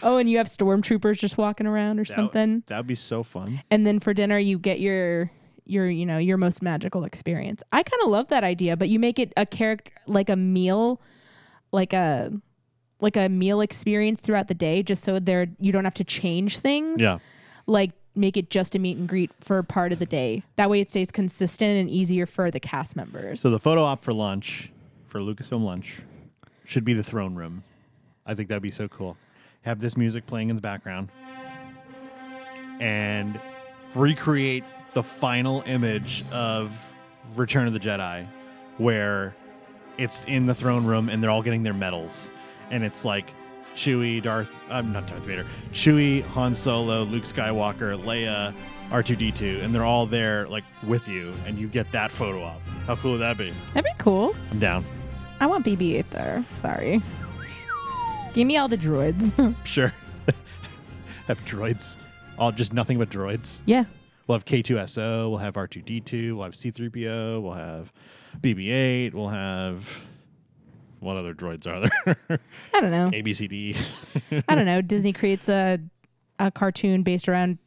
B: Oh, and you have stormtroopers just walking around or something.
A: That would be so fun.
B: And then for dinner, you get your your you know your most magical experience. I kind of love that idea, but you make it a character like a meal, like a like a meal experience throughout the day, just so there you don't have to change things.
A: Yeah.
B: like make it just a meet and greet for part of the day. That way it stays consistent and easier for the cast members.
A: So the photo op for lunch, for Lucasfilm lunch, should be the throne room. I think that'd be so cool. Have this music playing in the background, and recreate the final image of Return of the Jedi, where it's in the throne room and they're all getting their medals, and it's like Chewie, Darth, I'm not Darth Vader, Chewie, Han Solo, Luke Skywalker, Leia, R2D2, and they're all there like with you, and you get that photo op. How cool would that be?
B: That'd be cool.
A: I'm down.
B: I want BB-8 there. Sorry. Give me all the droids.
A: Sure. have droids. All just nothing but droids.
B: yeah.
A: We'll have K2SO, we'll have R2D2, we'll have C3PO, we'll have BB8, we'll have what other droids are there?
B: I don't know.
A: ABCD.
B: I don't know. Disney creates a a cartoon based around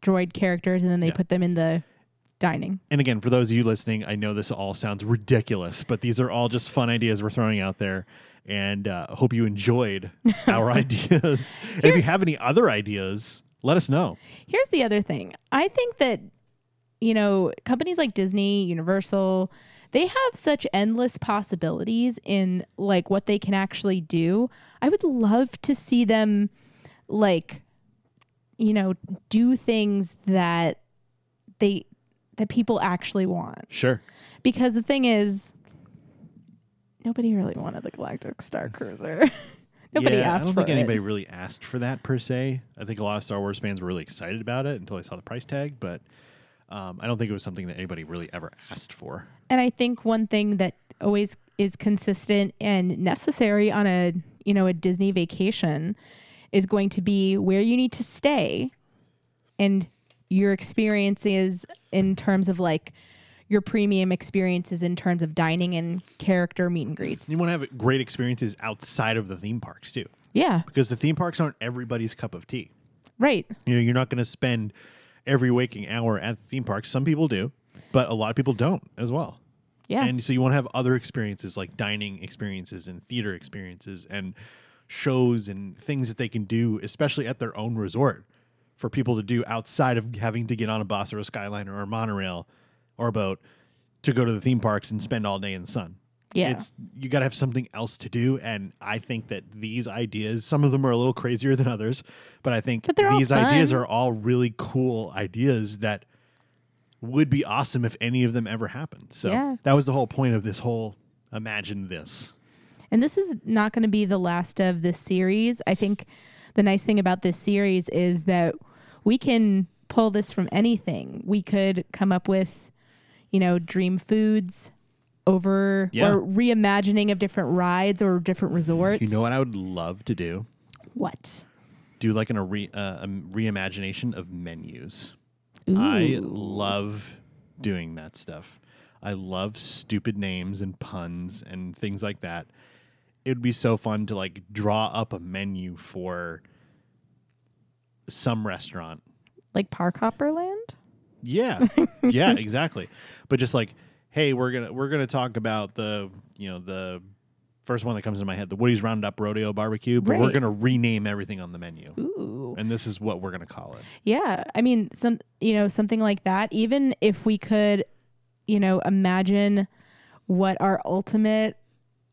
B: droid characters and then they
A: Yeah.
B: put them in the dining.
A: And again, for those of you listening, I know this all sounds ridiculous, but these are all just fun ideas we're throwing out there. And uh, hope you enjoyed our ideas. And if you have any other ideas, let us know.
B: Here's the other thing. I think that you know, companies like Disney, Universal, they have such endless possibilities in like what they can actually do. I would love to see them like you know, do things that they that people actually want.
A: Sure.
B: Because the thing is, nobody really wanted the Galactic Star Cruiser. nobody
A: yeah,
B: asked
A: I don't
B: for
A: think
B: it.
A: anybody really asked for that per se. I think a lot of Star Wars fans were really excited about it until they saw the price tag, but um, I don't think it was something that anybody really ever asked for.
B: And I think one thing that always is consistent and necessary on a you know a Disney vacation is going to be where you need to stay and your experiences in terms of like your premium experiences in terms of dining and character meet and greets.
A: You want to have great experiences outside of the theme parks too,
B: Yeah,
A: because the theme parks aren't everybody's cup of tea.
B: right.
A: You know, you're not going to spend every waking hour at the theme park. Some people do, but a lot of people don't as well.
B: Yeah.
A: And so you want to have other experiences like dining experiences and theater experiences and shows and things that they can do, especially at their own resort, for people to do outside of having to get on a bus or a skyliner or a monorail or a boat to go to the theme parks and spend all day in the sun.
B: Yeah.
A: It's you gotta have something else to do. And I think that these ideas, some of them are a little crazier than others, but I think
B: But they're all
A: these ideas
B: fun.
A: are all really cool ideas that would be awesome if any of them ever happened. So
B: Yeah.
A: that was the whole point of this whole imagine this.
B: And this is not going to be the last of this series. I think the nice thing about this series is that we can pull this from anything. We could come up with, you know, dream foods over
A: Yeah.
B: or reimagining of different rides or different resorts.
A: You know what I would love to do?
B: What?
A: Do like an a re, uh, um, reimagination of menus. I love doing that stuff. I love stupid names and puns and things like that. It would be so fun to like draw up a menu for some restaurant
B: Like Park Hopper Land?
A: Yeah. yeah, exactly. But just like, hey, we're gonna we're gonna talk about the you know, the first one that comes to my head, the Woody's Roundup Rodeo Barbecue, but we're
B: Right.
A: gonna rename everything on the menu.
B: Ooh.
A: And this is what we're gonna call it.
B: Yeah, I mean, some you know something like that. Even if we could, you know, imagine what our ultimate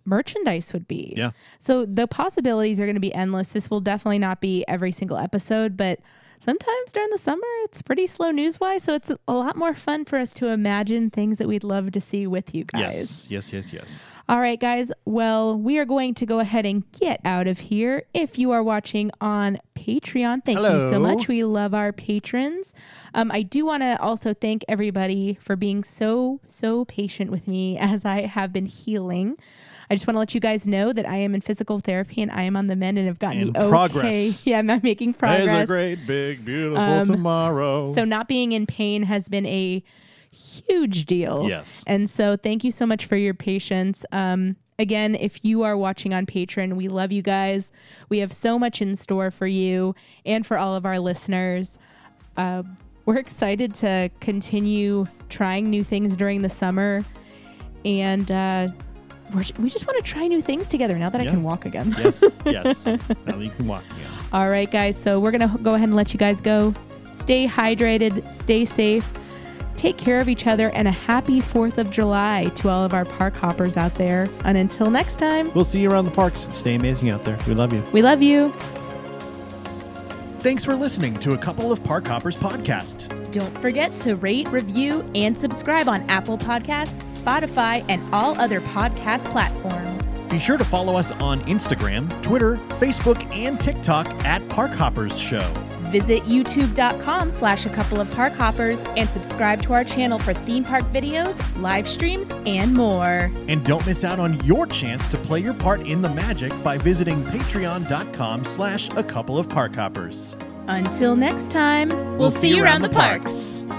B: merchandise would be.
A: Yeah.
B: So the possibilities are going to be endless. This will definitely not be every single episode, but sometimes during the summer it's pretty slow news wise, so it's a lot more fun for us to imagine things that we'd love to see with you guys.
A: Yes, yes, yes, yes.
B: All right, guys. Well, we are going to go ahead and get out of here. If you are watching on Patreon, thank you so
A: Hello.
B: much. We love our patrons. Um, I do want to also thank everybody for being so, so patient with me as I have been healing. I just want to let you guys know that I am in physical therapy and I am on the mend and have gotten
A: In
B: the okay.
A: progress.
B: Yeah, I'm I'm making progress. Um,
A: There's a great big beautiful tomorrow.
B: So not being in pain has been a huge deal.
A: Yes.
B: And so thank you so much for your patience. Um, again, if you are watching on Patreon, we love you guys. We have so much in store for you and for all of our listeners. Uh, we're excited to continue trying new things during the summer, and uh, we're, we just want to try new things together. Now that
A: Yeah.
B: I can walk again.
A: yes, yes. now you can walk again.
B: All right, guys. So we're gonna h- go ahead and let you guys go. Stay hydrated, stay safe, take care of each other, and a happy 4th of July to all of our park hoppers out there. And until next time,
A: We'll see you around the parks. Stay amazing out there. We love you.
B: we love you.
A: Thanks for listening to a couple of Park Hoppers podcast.
B: Don't forget to rate, review, and subscribe on Apple Podcasts, Spotify, and all other podcast platforms.
A: Be sure to follow us on Instagram, Twitter, Facebook, and TikTok at Park Hoppers Show.
B: Visit youtube.com slash a couple of park hoppers and subscribe to our channel for theme park videos, live streams, and more.
A: And don't miss out on your chance to play your part in the magic by visiting patreon.com slash a couple of park hoppers.
B: Until next time, we'll, see you around the parks.
A: parks.